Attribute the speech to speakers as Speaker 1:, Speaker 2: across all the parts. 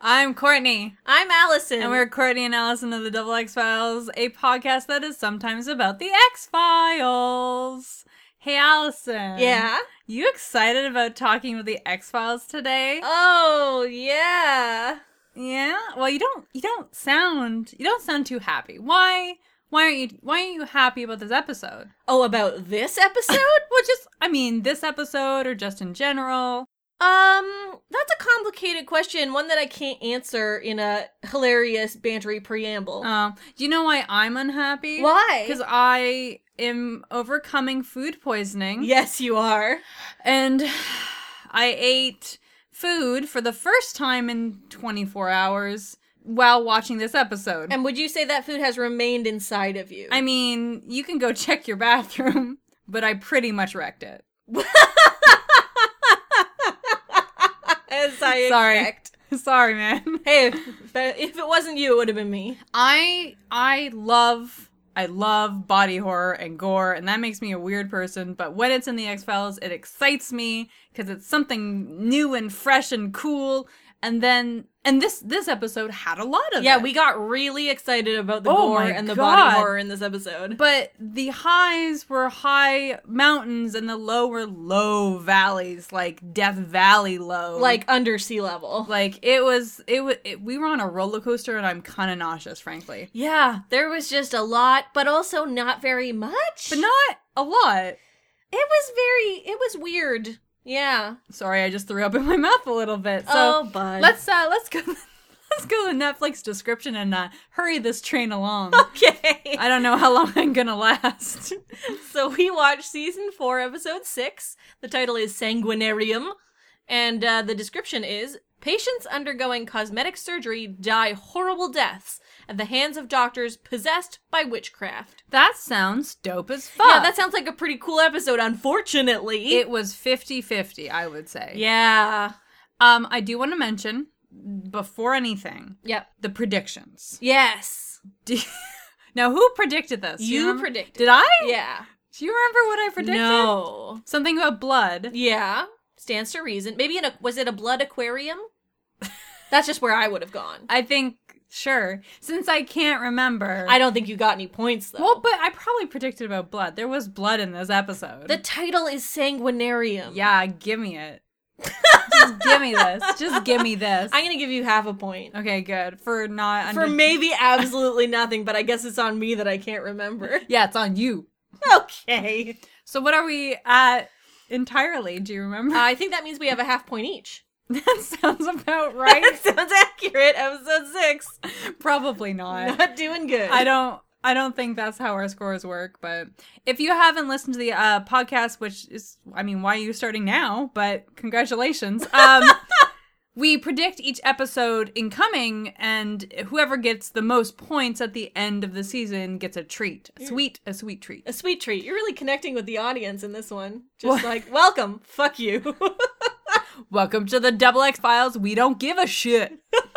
Speaker 1: I'm Courtney,
Speaker 2: I'm Allison.
Speaker 1: and we're Courtney and Allison of the Double X Files, a podcast that is sometimes about the X Files. Hey, Allison.
Speaker 2: Yeah.
Speaker 1: You excited about talking with the X Files today?
Speaker 2: Oh yeah.
Speaker 1: yeah. Well, you don't. You don't sound. You don't sound too happy. Why? Why aren't you? Why aren't you happy about this episode?
Speaker 2: Oh, about this episode?
Speaker 1: Well, just. I mean, this episode or just in general.
Speaker 2: um, that's a complicated question, one that I can't answer in a hilarious bantery preamble.
Speaker 1: Um, do you know why I'm unhappy?
Speaker 2: Why?
Speaker 1: Because I am overcoming food poisoning.
Speaker 2: yes, you are.
Speaker 1: And I ate food for the first time in 24 hours while watching this episode.
Speaker 2: And would you say that food has remained inside of you?
Speaker 1: I mean, you can go check your bathroom, but I pretty much wrecked it.
Speaker 2: as I
Speaker 1: Sorry.
Speaker 2: expect.
Speaker 1: Sorry, man.
Speaker 2: Hey, if- if it wasn't you, it would have been me.
Speaker 1: I I love I love body horror and gore, and that makes me a weird person. But when it's in the X Files, it excites me because it's something new and fresh and cool. And then, and this this episode had a lot of
Speaker 2: Yeah,
Speaker 1: it.
Speaker 2: we got really excited about the
Speaker 1: Oh
Speaker 2: gore
Speaker 1: my
Speaker 2: and the
Speaker 1: God.
Speaker 2: body horror in this episode.
Speaker 1: But the highs were high mountains and the low were low valleys, like Death Valley low.
Speaker 2: like under sea level.
Speaker 1: like it was it was it, we were on a roller coaster and I'm kind of nauseous, frankly.
Speaker 2: yeah, there was just a lot, but also not very much.
Speaker 1: But not a lot.
Speaker 2: It was very. It was weird. Yeah.
Speaker 1: Sorry, I just threw up in my mouth a little bit. So
Speaker 2: oh, bud.
Speaker 1: let's uh let's go let's go to Netflix description and uh, hurry this train along.
Speaker 2: Okay.
Speaker 1: I don't know how long I'm gonna last.
Speaker 2: so we watched season four, episode six. The title is Sanguinarium, and uh, the description is: Patients undergoing cosmetic surgery die horrible deaths at the hands of doctors possessed by witchcraft.
Speaker 1: that sounds dope as fuck.
Speaker 2: Yeah, that sounds like a pretty cool episode. Unfortunately.
Speaker 1: it was 50-50, I would say.
Speaker 2: yeah.
Speaker 1: Um, I do want to mention before anything
Speaker 2: Yep.
Speaker 1: the predictions.
Speaker 2: Yes.
Speaker 1: Do you- now, who predicted this? Do
Speaker 2: You
Speaker 1: remember?
Speaker 2: predicted
Speaker 1: Did I?
Speaker 2: Yeah.
Speaker 1: Do you remember what I predicted?
Speaker 2: No.
Speaker 1: Something about blood.
Speaker 2: Yeah, stands to reason. Maybe in a was it a blood aquarium? That's just where I would have gone.
Speaker 1: I think sure. Since I can't remember,
Speaker 2: I don't think you got any points though.
Speaker 1: well, but I probably predicted about blood. There was blood in this episode.
Speaker 2: the title is Sanguinarium.
Speaker 1: yeah, give me it. Just give me this. Just give me this.
Speaker 2: I'm gonna give you half a point
Speaker 1: okay, good for not
Speaker 2: for
Speaker 1: under-
Speaker 2: maybe absolutely nothing, but I guess it's on me that I can't remember.
Speaker 1: Yeah, it's on you.
Speaker 2: okay,
Speaker 1: So what are we at entirely? Do you remember?
Speaker 2: Uh, I think that means we have a half point each.
Speaker 1: that sounds about
Speaker 2: That
Speaker 1: right.
Speaker 2: sounds accurate. Episode six,
Speaker 1: Probably not.
Speaker 2: not doing good.
Speaker 1: I don't I don't think that's how our scores work, but if you haven't listened to the uh podcast, which is I mean, why are you starting now? But congratulations. Um We predict each episode incoming, and whoever gets the most points at the end of the season gets a treat. A sweet, a sweet treat.
Speaker 2: A sweet treat. You're really connecting with the audience in this one.
Speaker 1: What?
Speaker 2: Just like, welcome, fuck you.
Speaker 1: Welcome to the Double X Files. We don't give a shit.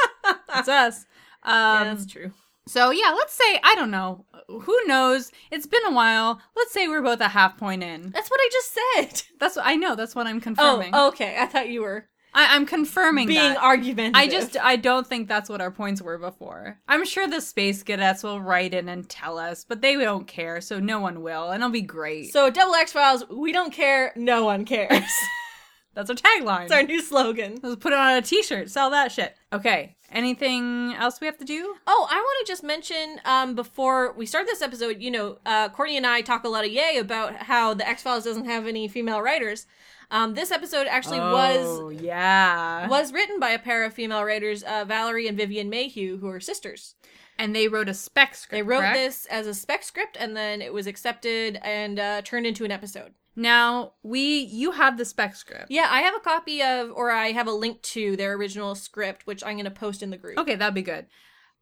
Speaker 1: That's us. Um,
Speaker 2: true.
Speaker 1: So yeah, let's say I don't know. Who knows? It's been a while. Let's say we're both a half point in.
Speaker 2: That's what I just said.
Speaker 1: That's what I know. That's what I'm confirming.
Speaker 2: Oh, okay. I thought you were
Speaker 1: I, I'm confirming
Speaker 2: being
Speaker 1: that.
Speaker 2: argumentative.
Speaker 1: I just I don't think that's what our points were before. I'm sure the space cadets will write in and tell us, but they don't care, so no one will, and it'll be great.
Speaker 2: so Double X Files. We don't care. No one cares.
Speaker 1: that's our tagline.
Speaker 2: It's our new slogan.
Speaker 1: Let's put it on a T-shirt. Sell that shit. Okay. Anything else we have to do?
Speaker 2: Oh, I want to just mention um, before we start this episode. You know, uh, Courtney and I talk a lot of yay about how the X Files doesn't have any female writers. Um, this episode actually was
Speaker 1: oh, yeah.
Speaker 2: was written by a pair of female writers, uh, Valerie and Vivian Mayhew, who are sisters.
Speaker 1: And they wrote a spec script.
Speaker 2: They wrote
Speaker 1: correct?
Speaker 2: this as a spec script, and then it was accepted and uh, turned into an episode.
Speaker 1: Now, we you have the spec script.
Speaker 2: Yeah, I have a copy of, or I have a link to their original script, which I'm going to post in the group.
Speaker 1: Okay, that'd be good.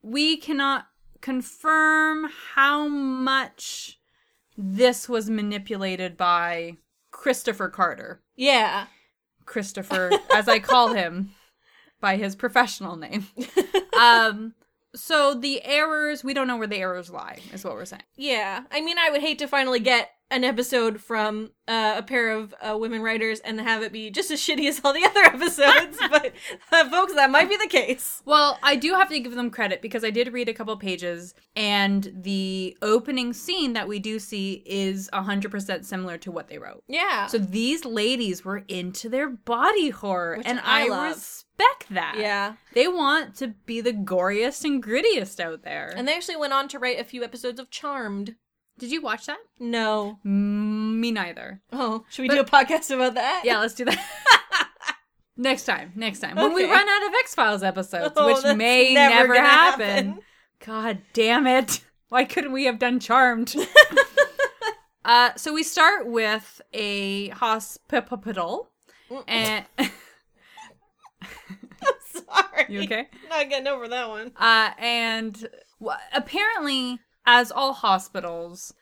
Speaker 1: We cannot confirm how much this was manipulated by Christopher Carter.
Speaker 2: Yeah.
Speaker 1: Christopher, as I call him by his professional name. Um, so the errors, we don't know where the errors lie, is what we're saying.
Speaker 2: Yeah. I mean, I would hate to finally get an episode from uh, a pair of uh, women writers and have it be just as shitty as all the other episodes, but uh, folks, that might be the case.
Speaker 1: Well, I do have to give them credit because I did read a couple pages, and the opening scene that we do see is 100% similar to what they wrote.
Speaker 2: Yeah.
Speaker 1: So these ladies were into their body horror,
Speaker 2: Which
Speaker 1: and
Speaker 2: I
Speaker 1: I,
Speaker 2: love.
Speaker 1: respect that.
Speaker 2: yeah.
Speaker 1: They want to be the goriest and grittiest out there.
Speaker 2: And they actually went on to write a few episodes of Charmed.
Speaker 1: did you watch that?
Speaker 2: No.
Speaker 1: Mm, me neither.
Speaker 2: Oh, should we
Speaker 1: But-
Speaker 2: do a podcast about that?
Speaker 1: Yeah, let's do that. next time. Next time. When we
Speaker 2: Okay.
Speaker 1: run out of X Files episodes,
Speaker 2: Oh,
Speaker 1: which
Speaker 2: that's
Speaker 1: may
Speaker 2: never
Speaker 1: never,
Speaker 2: gonna
Speaker 1: happen.
Speaker 2: happen.
Speaker 1: God damn it. Why couldn't we have done Charmed? uh, so we start with a hospital.
Speaker 2: Mm.
Speaker 1: And
Speaker 2: Sorry.
Speaker 1: you okay?
Speaker 2: Not getting over that one.
Speaker 1: Uh, and w- apparently, as all hospitals,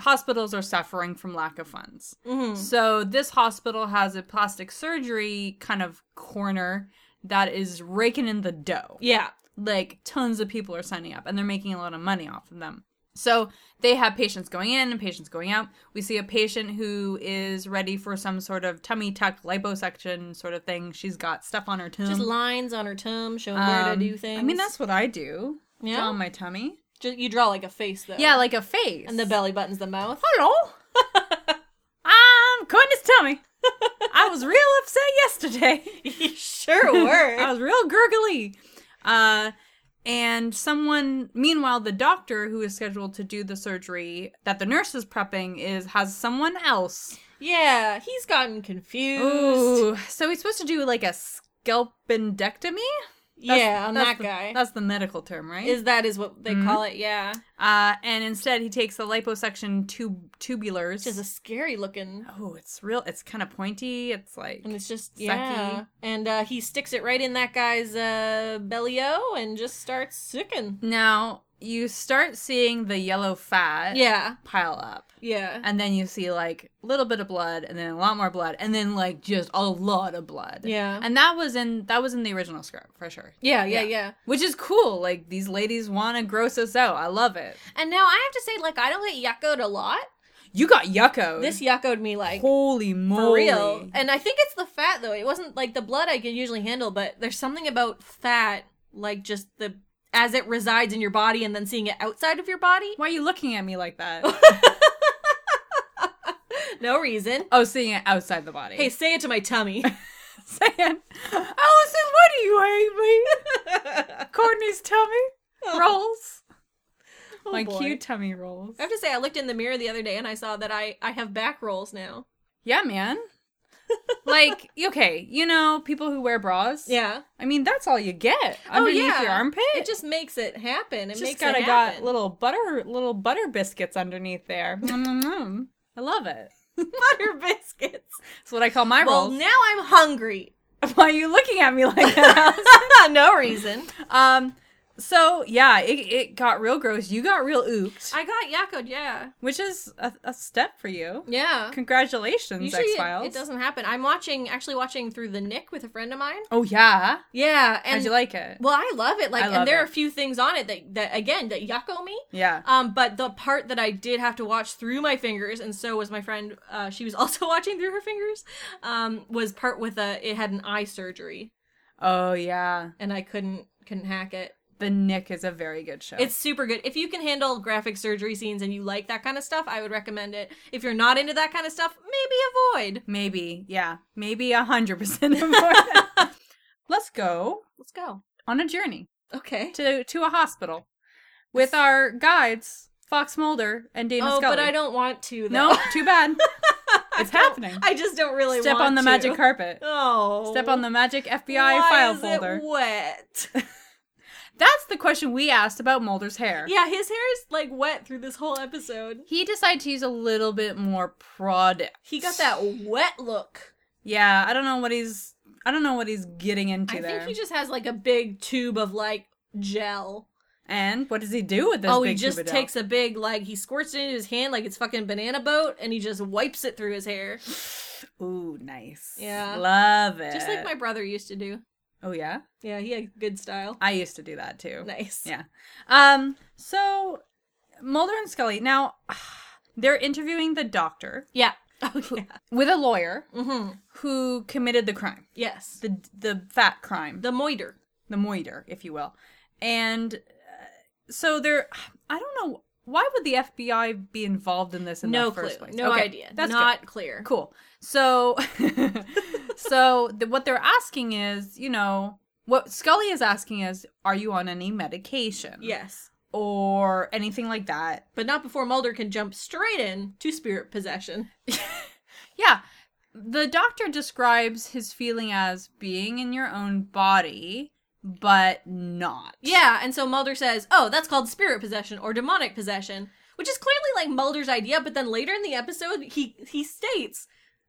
Speaker 1: hospitals are suffering from lack of funds.
Speaker 2: Mm-hmm.
Speaker 1: So this hospital has a plastic surgery kind of corner that is raking in the dough.
Speaker 2: Yeah.
Speaker 1: Like tons of people are signing up, and they're making a lot of money off of them. So they have patients going in and patients going out. We see a patient who is ready for some sort of tummy tuck liposuction sort of thing. She's got stuff on her tomb.
Speaker 2: Just lines on her tongue showing where to
Speaker 1: Um,
Speaker 2: do things.
Speaker 1: I mean, that's what I do.
Speaker 2: Yeah?
Speaker 1: Draw on my tummy.
Speaker 2: Just, you draw like a face though.
Speaker 1: Yeah, like a face.
Speaker 2: and the belly button's the mouth.
Speaker 1: Hello. I'm Courtney's tummy. I was real upset yesterday.
Speaker 2: you sure were.
Speaker 1: I was real gurgly. Uh, and someone, meanwhile, the doctor who is scheduled to do the surgery that the nurse is prepping is has someone else.
Speaker 2: yeah, he's gotten confused.
Speaker 1: Ooh, so he's supposed to do like a scalpendectomy. That's-
Speaker 2: yeah, on
Speaker 1: that's
Speaker 2: that
Speaker 1: the-
Speaker 2: guy.
Speaker 1: That's the Mm-hmm. medical term, right?
Speaker 2: is that is what they call it? Yeah,
Speaker 1: Uh, and instead, he takes the liposuction tube tubulars.
Speaker 2: which is a scary looking.
Speaker 1: oh, it's real. It's kind of pointy. It's like
Speaker 2: And it's just
Speaker 1: Sucky.
Speaker 2: yeah, and uh, he sticks it right in that guy's uh, bellyo and just starts sicking.
Speaker 1: Mm. now you start seeing the yellow fat
Speaker 2: Yeah,
Speaker 1: pile up,
Speaker 2: yeah,
Speaker 1: and then you see like a little bit of blood, and then a lot more blood, and then like just a lot of blood.
Speaker 2: Yeah.
Speaker 1: and that was in that was in the original script for sure.
Speaker 2: yeah, yeah,
Speaker 1: Yeah.
Speaker 2: yeah.
Speaker 1: Which is cool. Like these ladies want to gross us out. I love it.
Speaker 2: And now I have to say, like, I don't get yuckoed a lot.
Speaker 1: You got yucko.
Speaker 2: This yuckoed me like
Speaker 1: holy
Speaker 2: for
Speaker 1: moly.
Speaker 2: real. And I think it's the fat though. It wasn't like the blood I can usually handle, but there's something about fat, like just the as it resides in your body and then seeing it outside of your body.
Speaker 1: Why are you looking at me like that?
Speaker 2: No reason.
Speaker 1: oh, seeing it outside the body.
Speaker 2: Hey, say it to my tummy.
Speaker 1: saying, Allison, why do you hate me? Courtney's tummy rolls.
Speaker 2: Oh,
Speaker 1: My
Speaker 2: boy.
Speaker 1: cute tummy rolls.
Speaker 2: I have to say, I looked in the mirror the other day and I saw that I I have back rolls now.
Speaker 1: Yeah, man. like, okay, you know, people who wear bras.
Speaker 2: Yeah.
Speaker 1: I mean, that's all you get underneath
Speaker 2: Oh, yeah.
Speaker 1: your armpit.
Speaker 2: It just makes it happen. It
Speaker 1: Just
Speaker 2: makes
Speaker 1: gotta
Speaker 2: it
Speaker 1: got
Speaker 2: happen.
Speaker 1: little butter, little butter biscuits underneath there. Mm, mm, mm. I love it.
Speaker 2: butter biscuits.
Speaker 1: That's what I call my
Speaker 2: Well,
Speaker 1: rolls.
Speaker 2: now I'm hungry.
Speaker 1: Why are you looking at me like that? Allison?
Speaker 2: no reason.
Speaker 1: um, so yeah, it, it got real gross. You got real ooped.
Speaker 2: I got yakkoed. Yeah.
Speaker 1: which is a, a step for you.
Speaker 2: Yeah.
Speaker 1: Congratulations,
Speaker 2: Usually
Speaker 1: X
Speaker 2: it-
Speaker 1: Files.
Speaker 2: It, doesn't happen. I'm watching, actually watching through the Nick with a friend of mine.
Speaker 1: Oh yeah,
Speaker 2: Yeah,
Speaker 1: how'd
Speaker 2: and
Speaker 1: you like it?
Speaker 2: well, I love it. Like,
Speaker 1: I
Speaker 2: and
Speaker 1: love
Speaker 2: there
Speaker 1: it.
Speaker 2: are a few things on it that that again that yucko me.
Speaker 1: yeah.
Speaker 2: Um, but the part that I did have to watch through my fingers, and so was my friend. Uh, she was also watching through her fingers. Um, was part with a it had an eye surgery,
Speaker 1: Oh yeah,
Speaker 2: and I couldn't couldn't hack it.
Speaker 1: The Nick is a very good show.
Speaker 2: It's super good. If you can handle graphic surgery scenes and you like that kind of stuff, I would recommend it. If you're not into that kind of stuff, maybe avoid.
Speaker 1: maybe yeah, maybe a hundred percent of more. Let's go
Speaker 2: Let's go.
Speaker 1: on a journey
Speaker 2: Okay.
Speaker 1: to to a hospital with our guides Fox Mulder and Dana
Speaker 2: Oh,
Speaker 1: Scully.
Speaker 2: but I don't want to. Though.
Speaker 1: No, too bad. it's happening.
Speaker 2: I just don't really
Speaker 1: Step
Speaker 2: want
Speaker 1: on the
Speaker 2: to.
Speaker 1: magic carpet.
Speaker 2: Oh,
Speaker 1: Step on the magic FBI
Speaker 2: Why
Speaker 1: file
Speaker 2: is
Speaker 1: folder.
Speaker 2: It wet.
Speaker 1: That's the question we asked about Mulder's hair.
Speaker 2: Yeah, his hair is like wet through this whole episode.
Speaker 1: He decided to use a little bit more product.
Speaker 2: He got that wet look.
Speaker 1: Yeah, I don't know what he's. I don't know what he's getting into
Speaker 2: I
Speaker 1: there.
Speaker 2: think he just has like a big tube of like gel.
Speaker 1: and what does he do with this?
Speaker 2: oh,
Speaker 1: big
Speaker 2: he just
Speaker 1: Cubidel?
Speaker 2: takes a big like he squirts it in his hand like it's fucking banana boat, and he just wipes it through his hair,
Speaker 1: Ooh, nice.
Speaker 2: Yeah.
Speaker 1: love it.
Speaker 2: just like my brother used to do.
Speaker 1: Oh yeah,
Speaker 2: Yeah, he had good style.
Speaker 1: I used to do that too.
Speaker 2: Nice.
Speaker 1: Yeah. Um. So Mulder and Scully now they're interviewing the doctor
Speaker 2: Yeah. Oh yeah.
Speaker 1: with a lawyer
Speaker 2: Mm-hmm.
Speaker 1: who committed the crime,
Speaker 2: Yes.
Speaker 1: the the fat crime,
Speaker 2: The moiter.
Speaker 1: the moiter, if you will. And uh, so they're, I don't know, why would the FBI be involved in this in
Speaker 2: no
Speaker 1: the first
Speaker 2: clue.
Speaker 1: place?
Speaker 2: No
Speaker 1: Okay,
Speaker 2: idea.
Speaker 1: That's
Speaker 2: Not clear.
Speaker 1: good. cool. So, so the, what they're asking is, you know, what Scully is asking is, are you on any medication?
Speaker 2: Yes.
Speaker 1: Or anything like that.
Speaker 2: But not before Mulder can jump straight in to spirit possession.
Speaker 1: Yeah. The doctor describes his feeling as being in your own body, but not.
Speaker 2: Yeah, and so Mulder says, "Oh, that's called spirit possession or demonic possession," which is clearly like Mulder's idea. But then later in the episode, he he states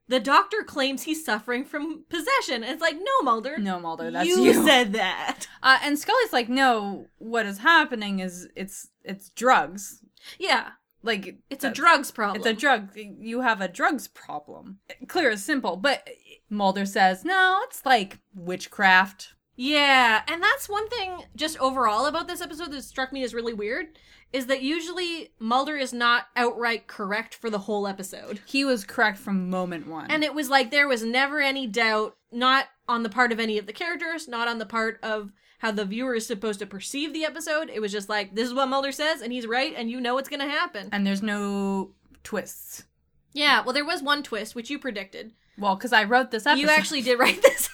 Speaker 2: the doctor claims he's suffering from possession. And it's like, no, Mulder,
Speaker 1: No, Mulder, that's
Speaker 2: you,
Speaker 1: you.
Speaker 2: said that.
Speaker 1: Uh, and Scully's like, no, what is happening is it's it's drugs.
Speaker 2: Yeah,
Speaker 1: Like
Speaker 2: it's a
Speaker 1: that's-
Speaker 2: drugs problem.
Speaker 1: It's a drug. You have a drugs problem. Clear as simple. But Mulder says, no, it's like witchcraft.
Speaker 2: Yeah, and that's one thing just overall about this episode that struck me as really weird is that usually Mulder is not outright correct for the whole episode.
Speaker 1: He was correct from moment one.
Speaker 2: And it was like there was never any doubt, not on the part of any of the characters, not on the part of how the viewer is supposed to perceive the episode. It was just like, this is what Mulder says, and he's right, and you know what's going to happen.
Speaker 1: and there's no twists.
Speaker 2: Yeah, well, there was one twist, which you predicted.
Speaker 1: Well, because I wrote this episode.
Speaker 2: You actually did write this.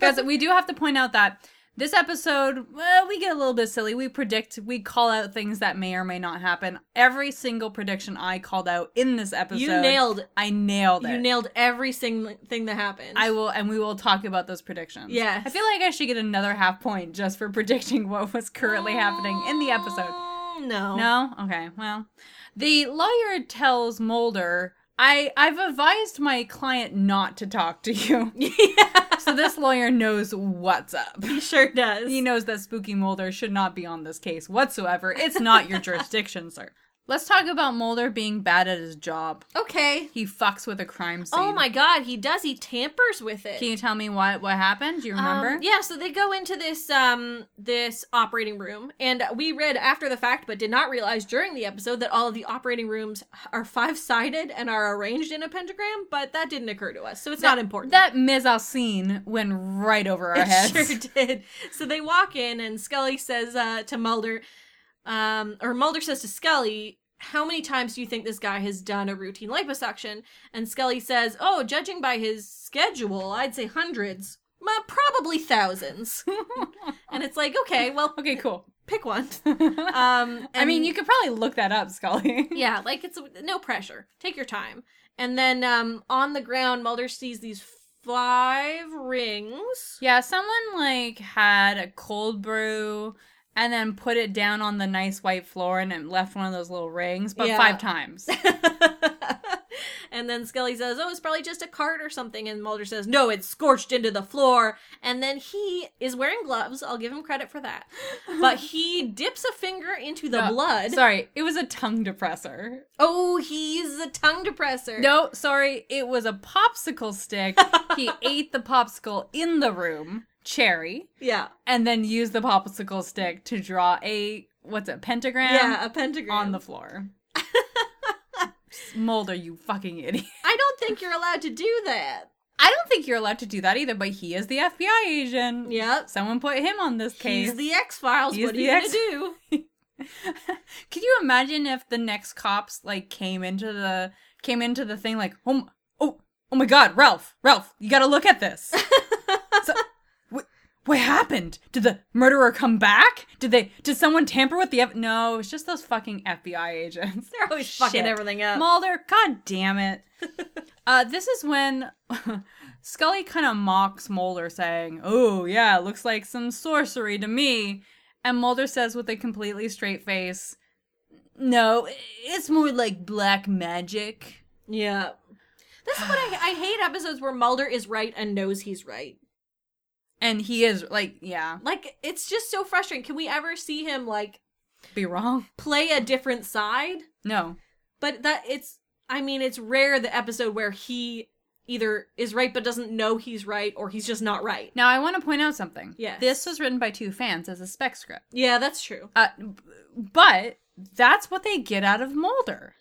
Speaker 1: Guys, we do have to point out that this episode, well, we get a little bit silly. We predict, we call out things that may or may not happen. Every single prediction I called out in this episode,
Speaker 2: you nailed
Speaker 1: I nailed it.
Speaker 2: You nailed every single thing that happened.
Speaker 1: I will, and we will talk about those predictions.
Speaker 2: Yes.
Speaker 1: I feel like I should get another half point just for predicting what was currently happening in the episode.
Speaker 2: Mm, No.
Speaker 1: No? Okay, well. The lawyer tells Mulder, I, I've advised my client not to talk to you.
Speaker 2: yeah,
Speaker 1: so this lawyer knows what's up.
Speaker 2: he sure does.
Speaker 1: He knows that Spooky Mulder should not be on this case whatsoever. It's not your jurisdiction, sir. Let's talk about Mulder being bad at his job.
Speaker 2: Okay.
Speaker 1: He fucks with a crime scene.
Speaker 2: Oh my god, he does. He tampers with it.
Speaker 1: Can you tell me what what happened? Do you remember?
Speaker 2: Um, yeah, so they go into this um this operating room, and we read after the fact, but did not realize during the episode that all of the operating rooms are five sided and are arranged in a pentagram. But that didn't occur to us, so it's not important.
Speaker 1: That mise en scene went right over our heads.
Speaker 2: It sure did. So they walk in, and Scully says uh, to Mulder, um, or Mulder says to Scully, "How many times do you think this guy has done a routine liposuction?" And Scully says, "Oh, judging by his schedule, I'd say hundreds, uh, probably thousands. and it's like, okay, well,
Speaker 1: Okay, cool.
Speaker 2: pick one. Um,
Speaker 1: I mean,
Speaker 2: and-
Speaker 1: you could probably look that up, Scully.
Speaker 2: yeah, like it's no pressure. Take your time. And then um, on the ground, Mulder sees these five rings.
Speaker 1: Yeah, someone like had a cold brew and then put it down on the nice white floor and it left one of those little rings, but
Speaker 2: Yeah.
Speaker 1: five times.
Speaker 2: and then Scully says, "Oh, it's probably just a cart or something." And Mulder says, "No, it's scorched into the floor." And then he is wearing gloves. I'll give him credit for that. But he dips a finger into the
Speaker 1: No,
Speaker 2: blood.
Speaker 1: Uh, Sorry, it was a tongue depressor.
Speaker 2: Oh, he's a tongue depressor.
Speaker 1: No, sorry, it was a popsicle stick. he ate the popsicle in the room, cherry,
Speaker 2: Yeah.
Speaker 1: and then used the popsicle stick to draw a what's it, pentagram?
Speaker 2: Yeah, a pentagram.
Speaker 1: Um, on the floor. Mulder, you fucking idiot.
Speaker 2: I don't think you're allowed to do that.
Speaker 1: I don't think you're allowed to do that either, but he is the FBI agent.
Speaker 2: Yep.
Speaker 1: Someone put him on this case.
Speaker 2: He's the X Files.
Speaker 1: He's
Speaker 2: What are you
Speaker 1: the
Speaker 2: gonna
Speaker 1: X-
Speaker 2: do?
Speaker 1: Could you imagine if the next cops like came into the came into the thing like, "Oh m- oh, oh my god, Ralph, Ralph, you got to look at this." so, what, what happened? Did the murderer come back? Did they did someone tamper with the F- No, it's just those fucking FBI agents.
Speaker 2: They're always fucking
Speaker 1: Shit.
Speaker 2: everything up.
Speaker 1: Mulder, god damn it. Uh, this is when Scully kind of mocks Mulder, saying, Oh, yeah, looks like some sorcery to me. And Mulder says with a completely straight face, No, it's more like black magic.
Speaker 2: Yeah. This is what I, I hate episodes where Mulder is right and knows he's right.
Speaker 1: And he is like, yeah,
Speaker 2: Like, it's just so frustrating. Can we ever see him, like,
Speaker 1: be wrong.
Speaker 2: play a different side?
Speaker 1: No.
Speaker 2: But that, it's, I mean, it's rare the episode where he either is right but doesn't know he's right or he's just not right.
Speaker 1: Now I want to point out something.
Speaker 2: Yes.
Speaker 1: This was written by two fans as a spec script.
Speaker 2: Yeah, that's true.
Speaker 1: Uh, b- but that's what they get out of Mulder.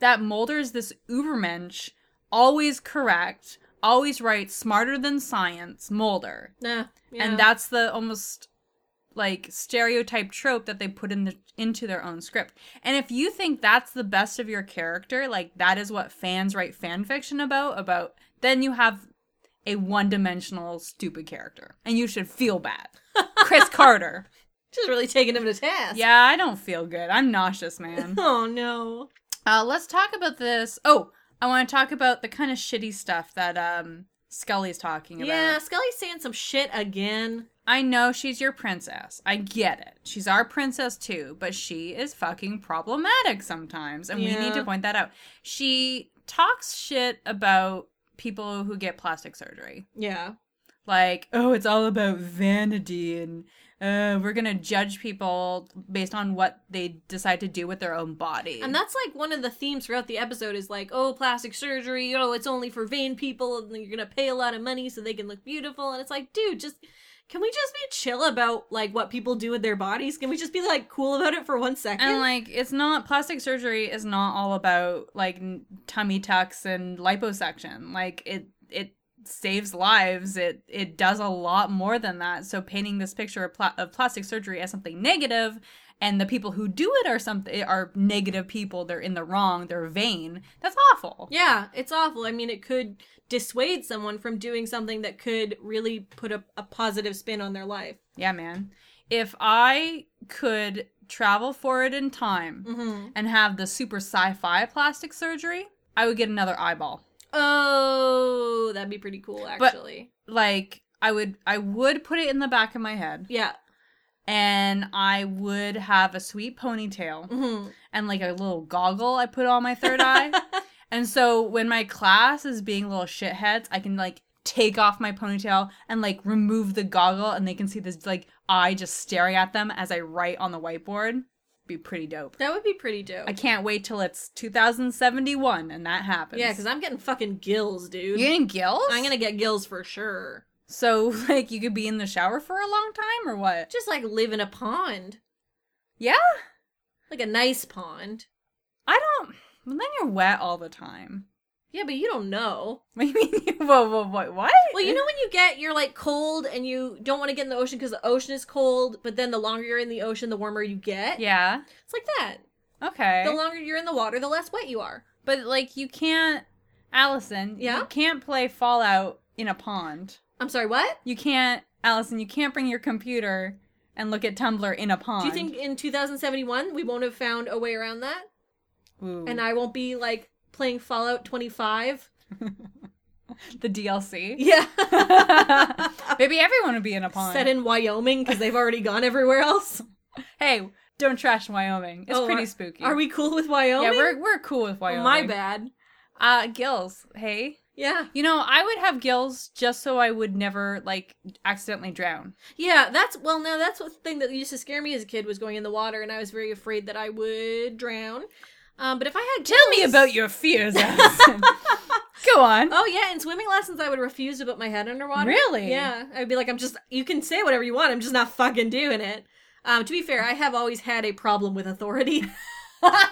Speaker 1: That Mulder is this ubermensch, always correct, always right, smarter than science, Mulder.
Speaker 2: Nah.
Speaker 1: And that's the almost like stereotype trope that they put in the into their own script. And if you think that's the best of your character, like that is what fans write fan fiction about about, then you have a one-dimensional stupid character and you should feel bad. Chris Carter.
Speaker 2: She's really taking him to task.
Speaker 1: Yeah, I don't feel good. I'm nauseous, man.
Speaker 2: Oh, no.
Speaker 1: Uh, let's talk about this. Oh, I want to talk about the kind of shitty stuff that um Scully's talking about.
Speaker 2: Yeah, Scully's saying some shit again.
Speaker 1: I know she's your princess. I get it. She's our princess too, but she is fucking problematic sometimes. And we need
Speaker 2: Yeah.
Speaker 1: to point that out. She talks shit about people who get plastic surgery.
Speaker 2: Yeah.
Speaker 1: Like, oh, it's all about vanity and uh, we're going to judge people based on what they decide to do with their own body.
Speaker 2: And that's like one of the themes throughout the episode is like, oh, plastic surgery, you know, it's only for vain people and you're gonna pay a lot of money so they can look beautiful. And it's like, dude, just can we just be chill about like what people do with their bodies? Can we just be like cool about it for one second?
Speaker 1: And like, it's not plastic surgery is not all about like n- tummy tucks and liposuction. Like it it saves lives. It it does a lot more than that. So painting this picture of, pla- of plastic surgery as something negative, and the people who do it are something eh, are negative people. They're in the wrong. They're vain. That's awful.
Speaker 2: yeah, it's awful. I mean, it could dissuade someone from doing something that could really put a, a positive spin on their life.
Speaker 1: Yeah, man. If I could travel forward in time
Speaker 2: Mm-hmm.
Speaker 1: and have the super sci-fi plastic surgery, I would get another eyeball.
Speaker 2: Oh, that'd be pretty cool, actually.
Speaker 1: like I would I would put it in the back of my head
Speaker 2: yeah.
Speaker 1: and I would have a sweet ponytail
Speaker 2: Mm-hmm.
Speaker 1: and like a little goggle I put on my third eye. And so when my class is being little shitheads, I can like take off my ponytail and like remove the goggle and they can see this like eye just staring at them as I write on the whiteboard. Be pretty dope.
Speaker 2: That would be pretty dope.
Speaker 1: I can't wait till it's 2071 and that happens.
Speaker 2: Yeah, because I'm getting fucking gills, dude.
Speaker 1: you're getting gills?
Speaker 2: I'm gonna get gills for sure.
Speaker 1: So like you could be in the shower for a long time or what?
Speaker 2: Just like live in a pond,
Speaker 1: Yeah?
Speaker 2: like a nice pond.
Speaker 1: I don't. Well, then you're wet all the time.
Speaker 2: Yeah, but you don't know.
Speaker 1: What do you mean? you- Whoa, whoa, whoa, what?
Speaker 2: Well, you know when you get you're like cold and you don't want to get in the ocean because the ocean is cold, but then the longer you're in the ocean, the warmer you get.
Speaker 1: Yeah.
Speaker 2: it's like that.
Speaker 1: Okay.
Speaker 2: The longer you're in the water, the less wet you are.
Speaker 1: but like, you can't, Allison.
Speaker 2: Yeah?
Speaker 1: You can't play Fallout in a pond.
Speaker 2: I'm sorry, what?
Speaker 1: You can't, Allison. You can't bring your computer and look at Tumblr in a pond.
Speaker 2: Do you think in 2071 we won't have found a way around that,
Speaker 1: Ooh.
Speaker 2: and I won't be like playing Fallout 25?
Speaker 1: the DLC?
Speaker 2: Yeah,
Speaker 1: Maybe everyone would be in a pond.
Speaker 2: set in Wyoming because they've already gone everywhere else.
Speaker 1: hey, don't trash Wyoming. It's
Speaker 2: Oh,
Speaker 1: pretty
Speaker 2: are-
Speaker 1: spooky.
Speaker 2: Are we cool with Wyoming?
Speaker 1: Yeah, we're we're cool with Wyoming.
Speaker 2: Oh, my bad.
Speaker 1: Uh, Gills. Hey.
Speaker 2: Yeah.
Speaker 1: You know, I would have gills just so I would never like accidentally drown.
Speaker 2: Yeah, that's well now that's the thing that used to scare me as a kid was going in the water and I was very afraid that I would drown. Um, but if I had
Speaker 1: Tell me
Speaker 2: gills-
Speaker 1: about your fears, Allison. Go on.
Speaker 2: Oh yeah, in swimming lessons I would refuse to put my head underwater.
Speaker 1: Really?
Speaker 2: Yeah. I'd be like, I'm just you can say whatever you want, I'm just not fucking doing it. Um, to be fair, I have always had a problem with authority.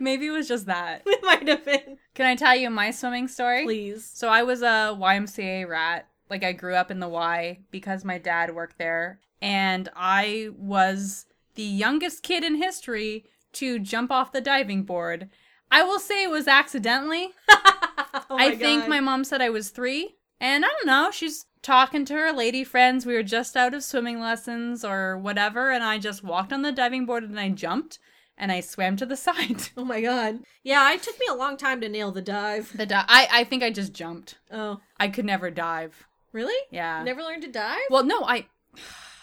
Speaker 1: Maybe it was just that.
Speaker 2: it might have been.
Speaker 1: Can I tell you my swimming story?
Speaker 2: Please.
Speaker 1: So I was a YMCA rat. Like I grew up in the Y because my dad worked there, and I was the youngest kid in history to jump off the diving board. I will say it was accidentally.
Speaker 2: Oh
Speaker 1: I think
Speaker 2: God.
Speaker 1: my mom said I was three. And I don't know, she's talking to her lady friends. We were just out of swimming lessons or whatever. And I just walked on the diving board and I jumped and I swam to the side.
Speaker 2: Oh my god. Yeah, it took me a long time to nail the dive.
Speaker 1: The di- I, I think I just jumped.
Speaker 2: Oh.
Speaker 1: I could never dive.
Speaker 2: Really?
Speaker 1: Yeah.
Speaker 2: Never learned to dive?
Speaker 1: Well, no, I.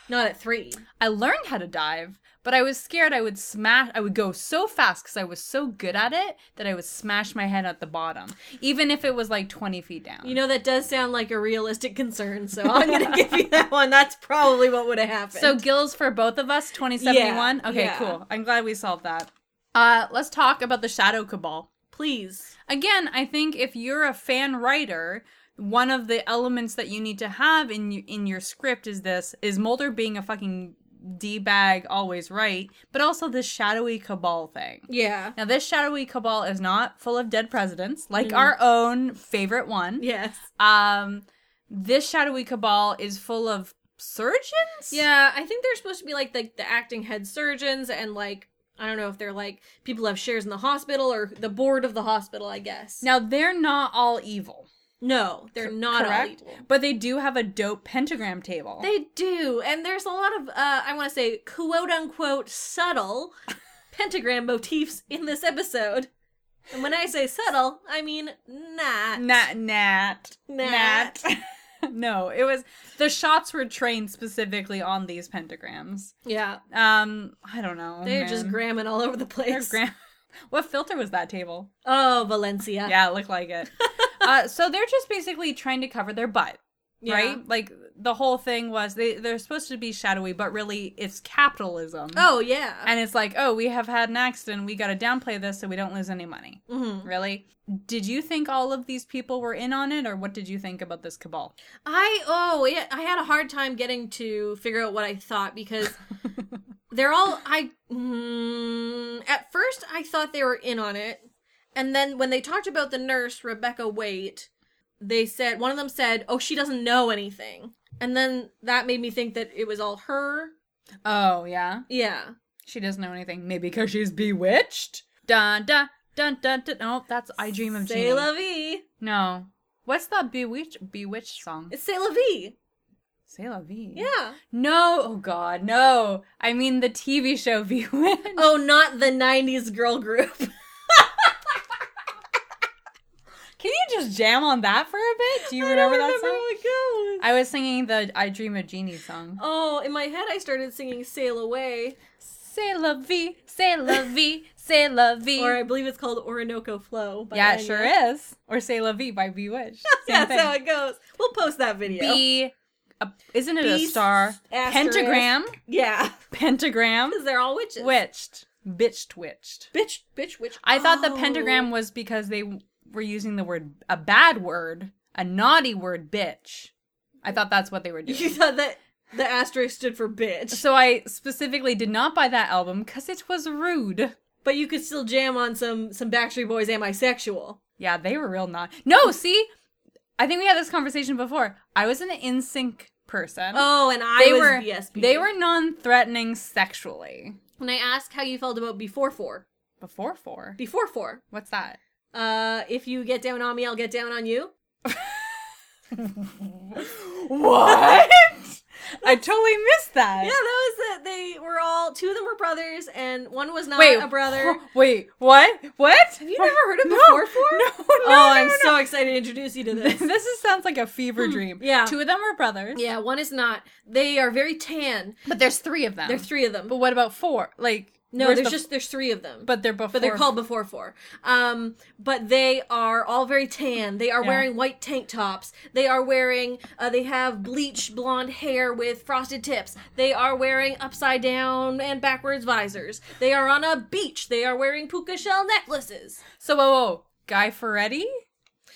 Speaker 2: Not at three.
Speaker 1: I learned how to dive, but I was scared I would smash. I would go so fast because I was so good at it that I would smash my head at the bottom, even if it was like 20 feet down.
Speaker 2: You know, that does sound like a realistic concern, so I'm going to give you that one. That's probably what would have happened.
Speaker 1: so gills for both of us, 2071.
Speaker 2: Yeah,
Speaker 1: okay,
Speaker 2: yeah.
Speaker 1: cool. I'm glad we solved that. Uh, let's talk about the Shadow Cabal.
Speaker 2: please.
Speaker 1: Again, I think if you're a fan writer, one of the elements that you need to have in y- in your script is this: is Mulder being a fucking d bag, always right, but also this shadowy cabal thing.
Speaker 2: Yeah.
Speaker 1: Now, this shadowy cabal is not full of dead presidents, like our own favorite one.
Speaker 2: Yes.
Speaker 1: Um, this shadowy cabal is full of surgeons.
Speaker 2: Yeah, I think they're supposed to be like the, the acting head surgeons and like I don't know if they're like people who have shares in the hospital or the board of the hospital, I guess.
Speaker 1: Now they're not all evil.
Speaker 2: no, they're not
Speaker 1: correct?
Speaker 2: all evil.
Speaker 1: But they do have a dope pentagram table.
Speaker 2: They do, and there's a lot of uh, I want to say quote unquote subtle pentagram motifs in this episode. And when I say subtle, I mean not.
Speaker 1: Nat, nat,
Speaker 2: Nat.
Speaker 1: no, it was the shots were trained specifically on these pentagrams.
Speaker 2: Yeah,
Speaker 1: Um, I don't know.
Speaker 2: they're just
Speaker 1: man.
Speaker 2: gramming all over the
Speaker 1: They're
Speaker 2: place.
Speaker 1: gra- what filter was that table?
Speaker 2: oh, Valencia.
Speaker 1: Yeah, it looked like it. uh, so they're just basically trying to cover their butt,
Speaker 2: Yeah.
Speaker 1: right? Like the whole thing was they they're supposed to be shadowy, but really it's capitalism.
Speaker 2: Oh yeah.
Speaker 1: And it's like, oh, we have had an accident. We got to downplay this so we don't lose any money. Mm-hmm. Really? Did you think all of these people were in on it, or what did you think about this cabal?
Speaker 2: I oh yeah, I had a hard time getting to figure out what I thought because they're all I mm, at first I thought they were in on it, and then when they talked about the nurse Rebecca Wait, they said one of them said, "Oh, she doesn't know anything," and then that made me think that it was all her.
Speaker 1: Oh yeah,
Speaker 2: Yeah,
Speaker 1: she doesn't know anything. Maybe because she's bewitched. Dun dun dun dun dun. Oh, that's I Dream of
Speaker 2: Say
Speaker 1: Jeannie.
Speaker 2: La Vie.
Speaker 1: no, what's that bewitched bewitched song?
Speaker 2: It's Say La Vie.
Speaker 1: C'est la vie.
Speaker 2: Yeah.
Speaker 1: No, oh god, no. I mean the TV show Bewitched.
Speaker 2: Oh, not the '90s girl group.
Speaker 1: Can you just jam on that for a bit? Do you remember that song?
Speaker 2: it goes.
Speaker 1: I was singing the I Dream of Jeannie song.
Speaker 2: Oh, in my head, I started singing "Sail Away."
Speaker 1: C'est la vie, c'est la vie, c'est la vie.
Speaker 2: or I believe it's called Orinoco Flow. By
Speaker 1: yeah, it
Speaker 2: Enya.
Speaker 1: sure is. Or C'est la vie by Bewitched. Same
Speaker 2: Yeah,
Speaker 1: thing.
Speaker 2: that's how it goes. We'll post that video.
Speaker 1: B, a, isn't it
Speaker 2: B
Speaker 1: a star?
Speaker 2: asterisk.
Speaker 1: Pentagram,
Speaker 2: yeah,
Speaker 1: pentagram,
Speaker 2: because they're all witches.
Speaker 1: witched, bitched, witched.
Speaker 2: bitch, bitch, witch.
Speaker 1: I thought
Speaker 2: Oh.
Speaker 1: the pentagram was because they were using the word a bad word, a naughty word, bitch. I thought that's what they were
Speaker 2: You
Speaker 1: doing.
Speaker 2: thought that the asterisk stood for bitch,
Speaker 1: So I specifically did not buy that album because it was rude.
Speaker 2: but you could still jam on some some Backstreet Boys "Am I Sexual?"
Speaker 1: Yeah, they were real not. No, see, I think we had this conversation before. I was an in sync person.
Speaker 2: Oh, and I
Speaker 1: they
Speaker 2: was
Speaker 1: were
Speaker 2: BSB.
Speaker 1: they were non-threatening sexually
Speaker 2: When I asked how you felt about before four,
Speaker 1: before four.
Speaker 2: before four,
Speaker 1: What's that?
Speaker 2: uh, if you get down on me, I'll get down on you.
Speaker 1: What? I totally missed that.
Speaker 2: Yeah, that was that. They were all two of them were brothers, and one was not
Speaker 1: Wait,
Speaker 2: a brother.
Speaker 1: wh- Wait, what? What? Have
Speaker 2: you never heard of
Speaker 1: no,
Speaker 2: before four?
Speaker 1: No, no,
Speaker 2: oh,
Speaker 1: no,
Speaker 2: I'm
Speaker 1: no.
Speaker 2: so excited to introduce you to this.
Speaker 1: This is, sounds like a fever dream.
Speaker 2: Hmm, yeah.
Speaker 1: two of them were brothers.
Speaker 2: Yeah, one is not. They are very tan.
Speaker 1: but there's three of them.
Speaker 2: There's three of them.
Speaker 1: But what about four? Like
Speaker 2: no,
Speaker 1: where's
Speaker 2: there's
Speaker 1: the-
Speaker 2: just there's three of them.
Speaker 1: but they're before.
Speaker 2: but they're called before four. Um, but they are all very tan. They are
Speaker 1: Yeah.
Speaker 2: wearing white tank tops. They are wearing. Uh, they have bleached blonde hair with frosted tips. They are wearing upside down and backwards visors. They are on a beach. They are wearing puka shell necklaces.
Speaker 1: So whoa, whoa, Guy Ferretti.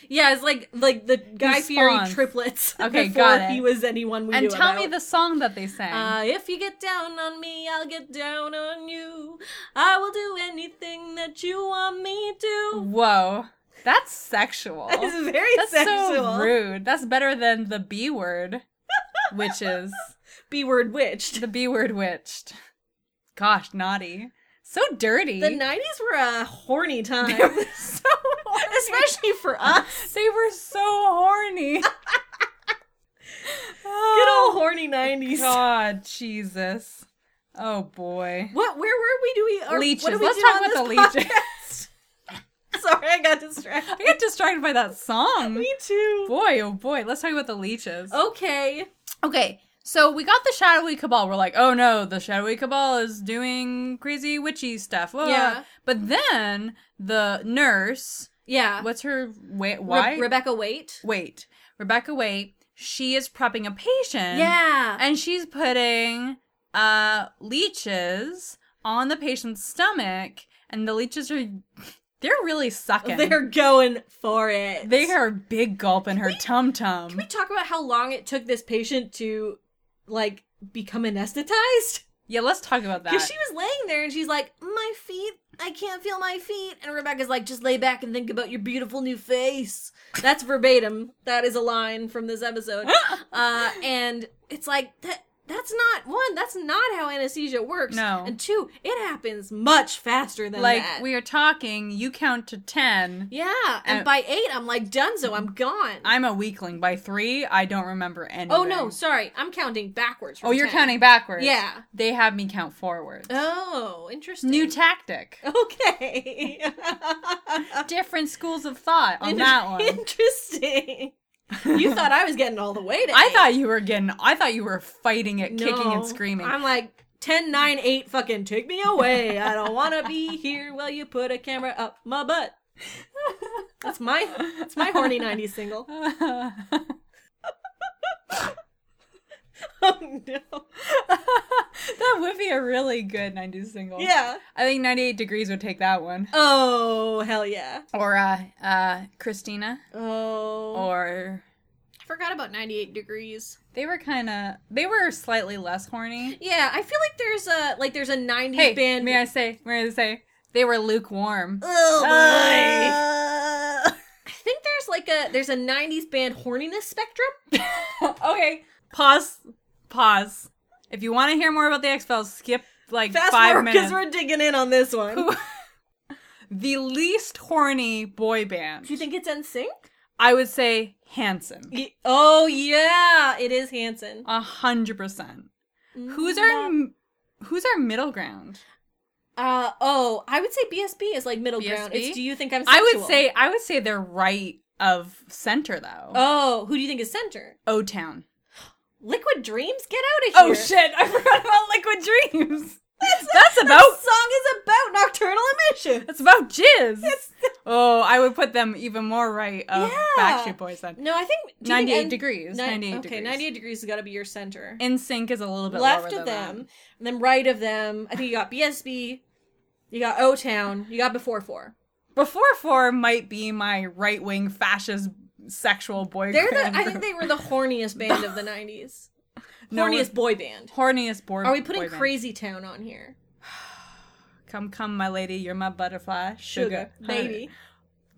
Speaker 2: Yeah, it's like like the Guy Fieri
Speaker 1: spawns.
Speaker 2: triplets.
Speaker 1: Okay,
Speaker 2: before
Speaker 1: got it.
Speaker 2: He was anyone we
Speaker 1: And
Speaker 2: knew
Speaker 1: tell
Speaker 2: about.
Speaker 1: me the song that they sang.
Speaker 2: Uh, if you get down on me, I'll get down on you. I will do anything that you want me to.
Speaker 1: whoa, that's sexual.
Speaker 2: It's very
Speaker 1: that's
Speaker 2: sexual.
Speaker 1: so rude. That's better than the B word, witches.
Speaker 2: B word witched.
Speaker 1: The B word witched. Gosh, naughty. So dirty.
Speaker 2: The nineties were a horny time,
Speaker 1: so horny.
Speaker 2: especially for us.
Speaker 1: They were so horny.
Speaker 2: Good old horny nineties.
Speaker 1: God, Jesus. Oh boy.
Speaker 2: What? Where were we? Do we? Or,
Speaker 1: Leeches.
Speaker 2: What do we
Speaker 1: Let's
Speaker 2: do
Speaker 1: talk
Speaker 2: on
Speaker 1: about
Speaker 2: this
Speaker 1: the leeches.
Speaker 2: podcast? Sorry, I got distracted.
Speaker 1: I got distracted by that song.
Speaker 2: me too.
Speaker 1: Boy, oh boy. Let's talk about the leeches.
Speaker 2: Okay.
Speaker 1: Okay. So we got the shadowy cabal. We're like, oh no, the shadowy cabal is doing crazy witchy stuff. Whoa.
Speaker 2: Yeah.
Speaker 1: But then the nurse,
Speaker 2: Yeah.
Speaker 1: what's her wait?
Speaker 2: Re-
Speaker 1: Why?
Speaker 2: Rebecca Wait.
Speaker 1: wait, Rebecca. Wait, she is prepping a patient.
Speaker 2: Yeah.
Speaker 1: and she's putting uh leeches on the patient's stomach, and the leeches are they're really sucking.
Speaker 2: They're going for it.
Speaker 1: they are big gulping her tum tum.
Speaker 2: Can we talk about how long it took this patient to, like, become anesthetized?
Speaker 1: Yeah, let's talk about that.
Speaker 2: Because she was laying there and she's like, my feet, I can't feel my feet. And Rebecca's like, just lay back and think about your beautiful new face. That's verbatim. That is a line from this episode. uh, and it's like, that. That's not one. That's not how anesthesia works.
Speaker 1: No.
Speaker 2: and two, it happens much faster than
Speaker 1: like
Speaker 2: that.
Speaker 1: we are talking, you count to ten.
Speaker 2: yeah, and
Speaker 1: Uh,
Speaker 2: by eight, I'm like, Dunzo, I'm gone.
Speaker 1: I'm a weakling. By three, I don't remember anything.
Speaker 2: oh no, sorry, I'm counting backwards. From
Speaker 1: Oh, you're
Speaker 2: 10.
Speaker 1: counting backwards.
Speaker 2: Yeah.
Speaker 1: They have me count forwards.
Speaker 2: Oh, interesting.
Speaker 1: New tactic.
Speaker 2: okay.
Speaker 1: Different schools of thought on
Speaker 2: Inter-
Speaker 1: that one.
Speaker 2: Interesting. You thought I was getting all the way to.
Speaker 1: I
Speaker 2: eight.
Speaker 1: thought you were getting. I thought you were fighting it, kicking
Speaker 2: No.
Speaker 1: and screaming.
Speaker 2: I'm like 10, 9, 8, fucking take me away. I don't want to be here while you put a camera up my butt. That's my that's my horny 90s single. Oh no.
Speaker 1: that would be a really good '90s single.
Speaker 2: Yeah.
Speaker 1: I think "98 Degrees" would take that one.
Speaker 2: Oh hell yeah.
Speaker 1: Or uh, uh, Christina.
Speaker 2: Oh.
Speaker 1: Or
Speaker 2: I forgot about 98 degrees.
Speaker 1: they were kind of. They were slightly less horny.
Speaker 2: Yeah, I feel like there's a like there's a 90s
Speaker 1: Hey,
Speaker 2: band.
Speaker 1: may I say? May I say? They were lukewarm.
Speaker 2: Oh boy.
Speaker 1: Uh,
Speaker 2: I think there's like a there's a 90s band horniness spectrum.
Speaker 1: okay. Pause. Pause. If you want to hear more about the X Files, skip like
Speaker 2: Fast
Speaker 1: five
Speaker 2: forward
Speaker 1: minutes.
Speaker 2: because we're digging in on this one. Do
Speaker 1: the least horny boy band.
Speaker 2: you think it's NSYNC?
Speaker 1: I would say Hanson.
Speaker 2: Ye- oh yeah, it is Hanson. Mm,
Speaker 1: A hundred percent. Who's our m- Who's our middle ground?
Speaker 2: Uh oh, I would say BSB is like middle ground.
Speaker 1: BSB?
Speaker 2: It's do you think I'm?
Speaker 1: I
Speaker 2: Sexual?
Speaker 1: would say I would say they're right of center though.
Speaker 2: Oh, who do you think is center?
Speaker 1: O Town.
Speaker 2: Liquid Dreams, get out of
Speaker 1: Oh
Speaker 2: here.
Speaker 1: shit! I forgot about Liquid Dreams.
Speaker 2: That's,
Speaker 1: That's
Speaker 2: that
Speaker 1: about-
Speaker 2: song is about nocturnal emissions.
Speaker 1: That's about jizz. Oh, I would put them even more right of
Speaker 2: Yeah.
Speaker 1: Backstreet Boys. Then.
Speaker 2: No, I think do you think
Speaker 1: 98
Speaker 2: N-
Speaker 1: degrees.
Speaker 2: Ni-
Speaker 1: 98
Speaker 2: okay,
Speaker 1: degrees.
Speaker 2: 98 degrees has got to be your center.
Speaker 1: In sync is a little bit
Speaker 2: left
Speaker 1: lower than
Speaker 2: of them,
Speaker 1: that.
Speaker 2: and then right of them. I think you got BSB, you got O Town, you got Before Four.
Speaker 1: Before four might be my right wing fascist sexual boy.
Speaker 2: They're the.
Speaker 1: band
Speaker 2: I think
Speaker 1: group.
Speaker 2: they were the horniest band of the '90s.
Speaker 1: No, we're-
Speaker 2: horniest boy band.
Speaker 1: horniest boy.
Speaker 2: Are we putting
Speaker 1: boy band.
Speaker 2: Crazy Town on here?
Speaker 1: Come, come, my lady, you're my butterfly, sugar,
Speaker 2: baby.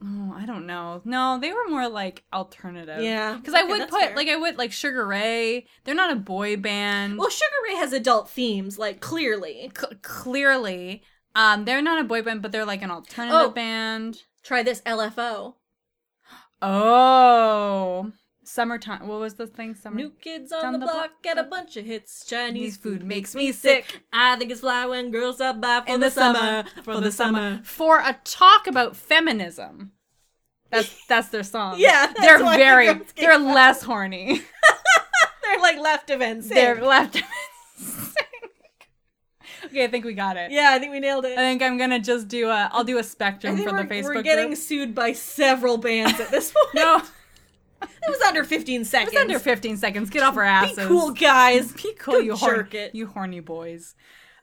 Speaker 1: Oh, I don't know. No, they were more like alternative.
Speaker 2: Yeah.
Speaker 1: because I
Speaker 2: Okay,
Speaker 1: would
Speaker 2: that's
Speaker 1: put
Speaker 2: fair.
Speaker 1: like I would like Sugar Ray. They're not a boy band.
Speaker 2: Well, Sugar Ray has adult themes, like clearly.
Speaker 1: C- clearly, um, they're not a boy band, but they're like an alternative
Speaker 2: Oh.
Speaker 1: band.
Speaker 2: Try this LFO.
Speaker 1: Oh, summertime. What was the thing? Summer.
Speaker 2: New kids on
Speaker 1: Down
Speaker 2: the,
Speaker 1: the
Speaker 2: block
Speaker 1: block.
Speaker 2: get a bunch of hits. Chinese
Speaker 1: Chinese
Speaker 2: food makes me sick. I think it's fly when girls are by for
Speaker 1: In
Speaker 2: the,
Speaker 1: the
Speaker 2: summer.
Speaker 1: summer,
Speaker 2: For the summer.
Speaker 1: for a talk about feminism. That's that's their song.
Speaker 2: Yeah, that's
Speaker 1: they're
Speaker 2: why the
Speaker 1: very
Speaker 2: girls came
Speaker 1: they're
Speaker 2: out.
Speaker 1: less horny.
Speaker 2: They're like left events.
Speaker 1: they're left. okay, I think we got it.
Speaker 2: Yeah, I think we nailed it.
Speaker 1: I think I'm gonna just do a. I'll do a
Speaker 2: I
Speaker 1: spectrum
Speaker 2: think
Speaker 1: for
Speaker 2: we're,
Speaker 1: the Facebook
Speaker 2: we're getting
Speaker 1: group.
Speaker 2: sued by several bands at this point.
Speaker 1: No, it's
Speaker 2: it was under 15 seconds.
Speaker 1: under 15 seconds. Get off our asses.
Speaker 2: Be cool, guys.
Speaker 1: Be cool, you horn-
Speaker 2: jerk it.
Speaker 1: You horny boys.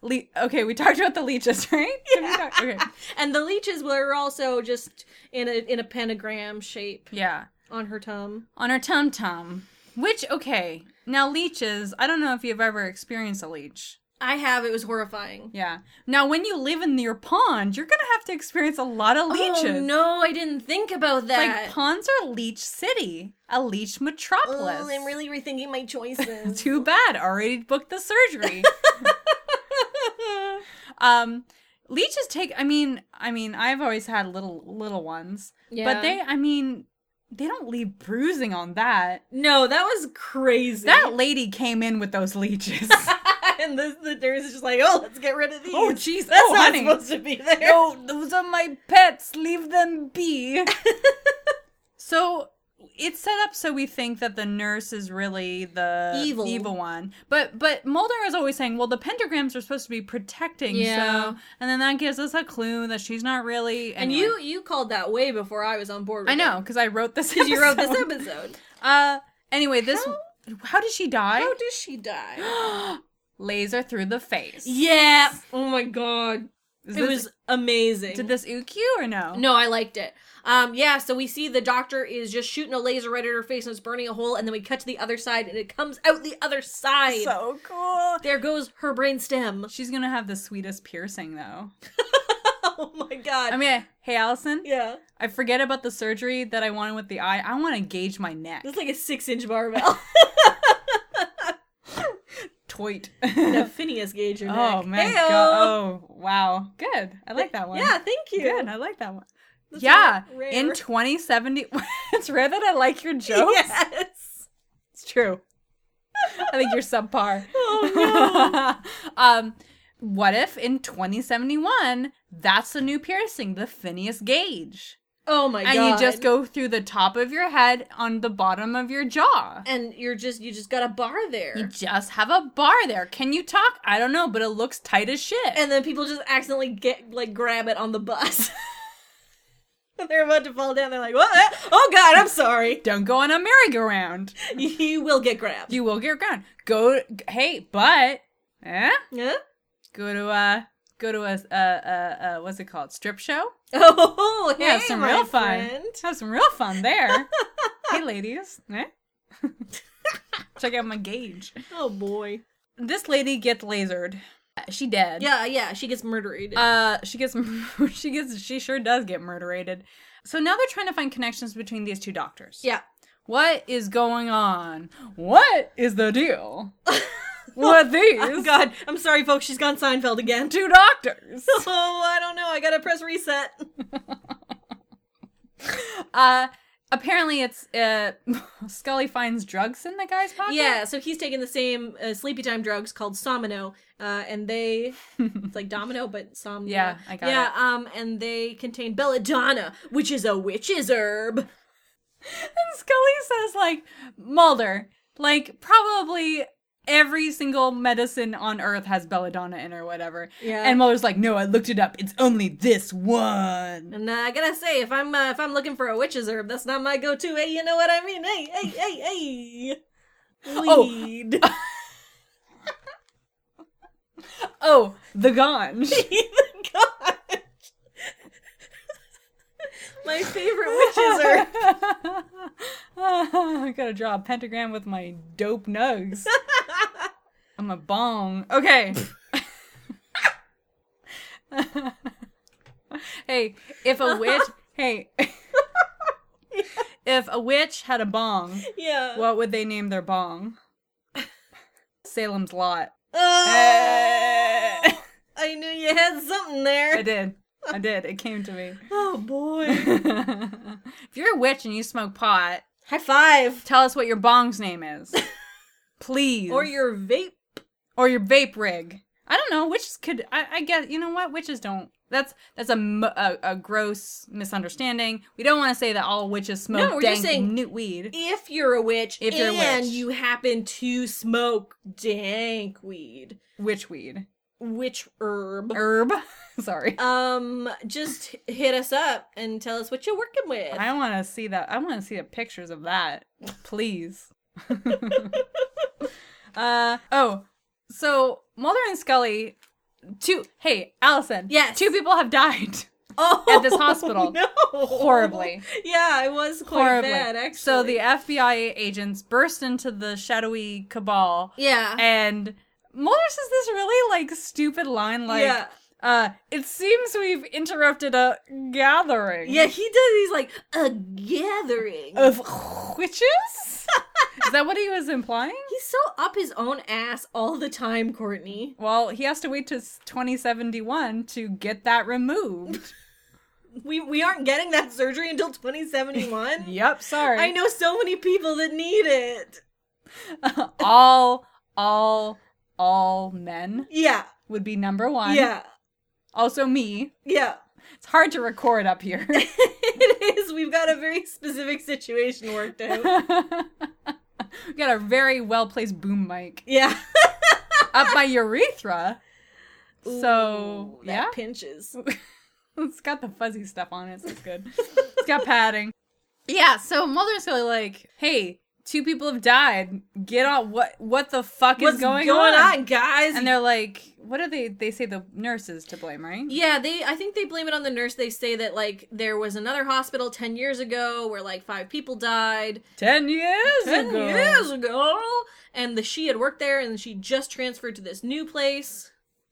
Speaker 1: Le- okay, we talked about the leeches, right? Did we talk- okay.
Speaker 2: And the leeches were also just in a in a pentagram shape
Speaker 1: Yeah.
Speaker 2: on her tum.
Speaker 1: On our tum tum. Which okay. Now leeches. I don't know if you've ever experienced a leech.
Speaker 2: I have. It was horrifying.
Speaker 1: Yeah. Now when you live in your pond, you're gonna have to experience a lot of leeches.
Speaker 2: Oh no, I didn't think about that.
Speaker 1: Like ponds are leech city, a leech metropolis.
Speaker 2: Oh, I'm really rethinking my choices.
Speaker 1: Too bad. Already booked the surgery. um, leeches take. I mean, I mean, I've always had little little ones,
Speaker 2: Yeah.
Speaker 1: but they. I mean, they don't leave bruising on that.
Speaker 2: no, that was crazy.
Speaker 1: That lady came in with those leeches.
Speaker 2: and the, the nurse is just like, oh, let's get rid of these.
Speaker 1: Oh, jeez.
Speaker 2: that's
Speaker 1: Oh,
Speaker 2: not
Speaker 1: honey.
Speaker 2: supposed to be there.
Speaker 1: no, those are my pets. Leave them be. so it's set up so we think that the nurse is really the
Speaker 2: Evil.
Speaker 1: one. But but Mulder is always saying, well, the pentagrams are supposed to be protecting.
Speaker 2: Yeah.
Speaker 1: So and then that gives us a clue that she's not really.
Speaker 2: And
Speaker 1: anyway.
Speaker 2: you you called that way before I was on board. With
Speaker 1: I know because I wrote this.
Speaker 2: because you wrote this
Speaker 1: episode.
Speaker 2: episode.
Speaker 1: Uh, anyway, this. How did she die?
Speaker 2: How does she die?
Speaker 1: Laser through the face.
Speaker 2: yeah. Oh my god.
Speaker 1: Is
Speaker 2: it
Speaker 1: this-
Speaker 2: was amazing.
Speaker 1: Did this uq or no?
Speaker 2: No, I liked it. Um, yeah, so we see the doctor is just shooting a laser right at her face and it's burning a hole, and then we cut to the other side and it comes out the other side.
Speaker 1: So cool.
Speaker 2: there goes her brain stem.
Speaker 1: She's gonna have the sweetest piercing though.
Speaker 2: Oh my god.
Speaker 1: I mean, hey Allison,
Speaker 2: yeah.
Speaker 1: I forget about the surgery that I wanted with the eye. I want to gauge my neck.
Speaker 2: It's like a six inch barbell.
Speaker 1: Toit.
Speaker 2: a Phineas gauge your neck.
Speaker 1: Oh man.
Speaker 2: Heyo.
Speaker 1: Go- oh wow. Good. I like that one.
Speaker 2: Yeah, thank you.
Speaker 1: Good. I like that one.
Speaker 2: That's
Speaker 1: yeah.
Speaker 2: ra- rare.
Speaker 1: In 2070, it's rare that I like your jokes.
Speaker 2: Yes.
Speaker 1: It's true. I think you're subpar.
Speaker 2: Oh,
Speaker 1: um, what if in 2071 that's the new piercing, the Phineas gauge,
Speaker 2: Oh my
Speaker 1: and
Speaker 2: god.
Speaker 1: you just go through the top of your head on the bottom of your jaw?
Speaker 2: and you're just you just got a bar there.
Speaker 1: You just have a bar there. Can you talk? I don't know, but it looks tight as shit.
Speaker 2: and then people just accidentally get like grab it on the bus. And They're about to fall down. They're like, "What? Oh God, I'm sorry."
Speaker 1: don't go on a merry-go-round.
Speaker 2: You will get grabbed.
Speaker 1: You will get ground. Go, hey, but, eh?
Speaker 2: Huh?
Speaker 1: Go to a, go to a, uh, uh, uh, what's it called? Strip show.
Speaker 2: Oh, hey,
Speaker 1: Yeah, have some
Speaker 2: my
Speaker 1: real fun.
Speaker 2: friend.
Speaker 1: Have some real fun there. hey, ladies. Eh? Check out my gauge.
Speaker 2: Oh boy.
Speaker 1: This lady gets lasered. She dead.
Speaker 2: Yeah, yeah. She gets murdered.
Speaker 1: Uh, she gets she gets she sure does get murderated. So now they're trying to find connections between these two doctors.
Speaker 2: yeah.
Speaker 1: What is going on? What is the deal? with
Speaker 2: Oh
Speaker 1: these
Speaker 2: God, I'm sorry, folks. She's gone Seinfeld again.
Speaker 1: two doctors?
Speaker 2: Oh, I don't know. I gotta press reset.
Speaker 1: Uh, apparently it's uh, Scully finds drugs in the guy's pocket.
Speaker 2: Yeah, so he's taking the same uh, sleepy time drugs called Somino, uh, and they it's like Domino but Somno.
Speaker 1: Yeah, I got
Speaker 2: yeah, Yeah, um, and they contain belladonna, which is a witch's herb.
Speaker 1: And Scully says, like, Mulder, like, probably every single medicine on earth has belladonna in or whatever.
Speaker 2: Yeah.
Speaker 1: And Mulder's like, no, I looked it up. It's only this one.
Speaker 2: And uh, I gotta say, if I'm uh, if I'm looking for a witch's herb, that's not my go-to. Hey, you know what I mean? Hey, hey, hey, hey.
Speaker 1: Oh.
Speaker 2: Weed.
Speaker 1: Oh, the ganj.
Speaker 2: God. my favorite witch's herb.
Speaker 1: I gotta draw a pentagram with my dope nugs. I'm a bong. Okay. hey, if a witch, hey, if a witch had a bong,
Speaker 2: Yeah.
Speaker 1: what would they name their bong? Salem's Lot.
Speaker 2: Oh,
Speaker 1: Eh.
Speaker 2: I knew you had something
Speaker 1: I
Speaker 2: there.
Speaker 1: did. I did. It came to me.
Speaker 2: Oh boy.
Speaker 1: if you're a witch and you smoke pot,
Speaker 2: High five.
Speaker 1: tell us what your bong's name is. Please.
Speaker 2: Or your vape.
Speaker 1: or your vape rig. I don't know. Witches could. I, I guess you know what witches don't. That's that's a m- a, a gross misunderstanding. We don't want to say that all witches smoke
Speaker 2: No, we're
Speaker 1: dank
Speaker 2: just saying- e-
Speaker 1: newt weed.
Speaker 2: If you're a witch
Speaker 1: If you're a
Speaker 2: and
Speaker 1: witch.
Speaker 2: you happen to smoke dank weed,
Speaker 1: witch weed
Speaker 2: witch herb,
Speaker 1: herb. Sorry,
Speaker 2: um, just hit us up and tell us what you're working with.
Speaker 1: I want to see that. I want to see the pictures of that, please. uh oh. So Mulder and Scully, two. Hey, Allison.
Speaker 2: Yes.
Speaker 1: Two people have died.
Speaker 2: oh,
Speaker 1: at this hospital.
Speaker 2: No.
Speaker 1: Horribly.
Speaker 2: Yeah, it was quite
Speaker 1: Horribly.
Speaker 2: bad, actually.
Speaker 1: So the FBI agents burst into the shadowy cabal
Speaker 2: yeah.
Speaker 1: and Mulder says this really like stupid line like
Speaker 2: yeah.
Speaker 1: uh it seems we've interrupted a gathering
Speaker 2: Yeah, he does. He's like, a gathering.
Speaker 1: of witches? Is that what he was implying?
Speaker 2: He's so up his own ass all the time, Courtney.
Speaker 1: Well, he has to wait to 2071 to get that removed.
Speaker 2: We we aren't getting that surgery until 2071.
Speaker 1: yep, sorry.
Speaker 2: I know so many people that need it.
Speaker 1: all all all men
Speaker 2: Yeah.
Speaker 1: would be number 1.
Speaker 2: Yeah.
Speaker 1: Also me.
Speaker 2: Yeah.
Speaker 1: It's hard to record up here.
Speaker 2: it is. we've got a very specific situation worked out.
Speaker 1: we got a very well placed boom mic
Speaker 2: Yeah.
Speaker 1: up my urethra. So
Speaker 2: Ooh, that
Speaker 1: yeah,
Speaker 2: pinches.
Speaker 1: it's got the fuzzy stuff on it. So it's good. it's got padding. Yeah. So Mulder's really like, hey, two people have died. Get on. What? What the fuck
Speaker 2: What's
Speaker 1: is going,
Speaker 2: on, guys?
Speaker 1: And they're like, what are they? They say the nurses to blame, right?
Speaker 2: Yeah, they. I think they blame it on the nurse. They say that like there was another hospital ten years ago where like five people died.
Speaker 1: Ten years
Speaker 2: Ten
Speaker 1: ago.
Speaker 2: years ago, and the she had worked there, and she just transferred to this new place.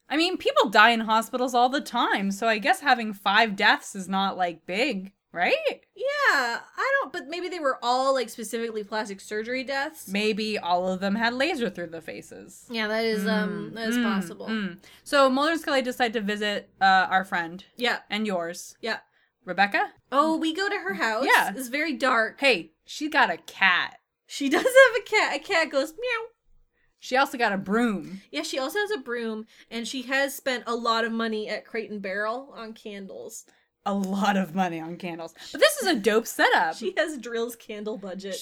Speaker 1: I mean, people die in hospitals all the time, so I guess having five deaths is not like big, right?
Speaker 2: Yeah, I don't. But maybe they were all like specifically plastic surgery deaths.
Speaker 1: Maybe all of them had laser through the faces.
Speaker 2: Yeah, that is um that is possible.
Speaker 1: Mm. So Mulder and Scully decide to visit uh, our friend
Speaker 2: Yeah,
Speaker 1: and yours,
Speaker 2: yeah.
Speaker 1: Rebecca.
Speaker 2: Oh, we go to her house.
Speaker 1: Mm, Yeah.
Speaker 2: it's very dark.
Speaker 1: Hey, she got a cat.
Speaker 2: She does have a cat. A cat goes meow.
Speaker 1: She also got a broom.
Speaker 2: Yeah, she also has a broom, and she has spent a lot of money at Crate and Barrel on candles.
Speaker 1: A lot of money on candles. But this is a dope setup.
Speaker 2: She has Drill's candle budget.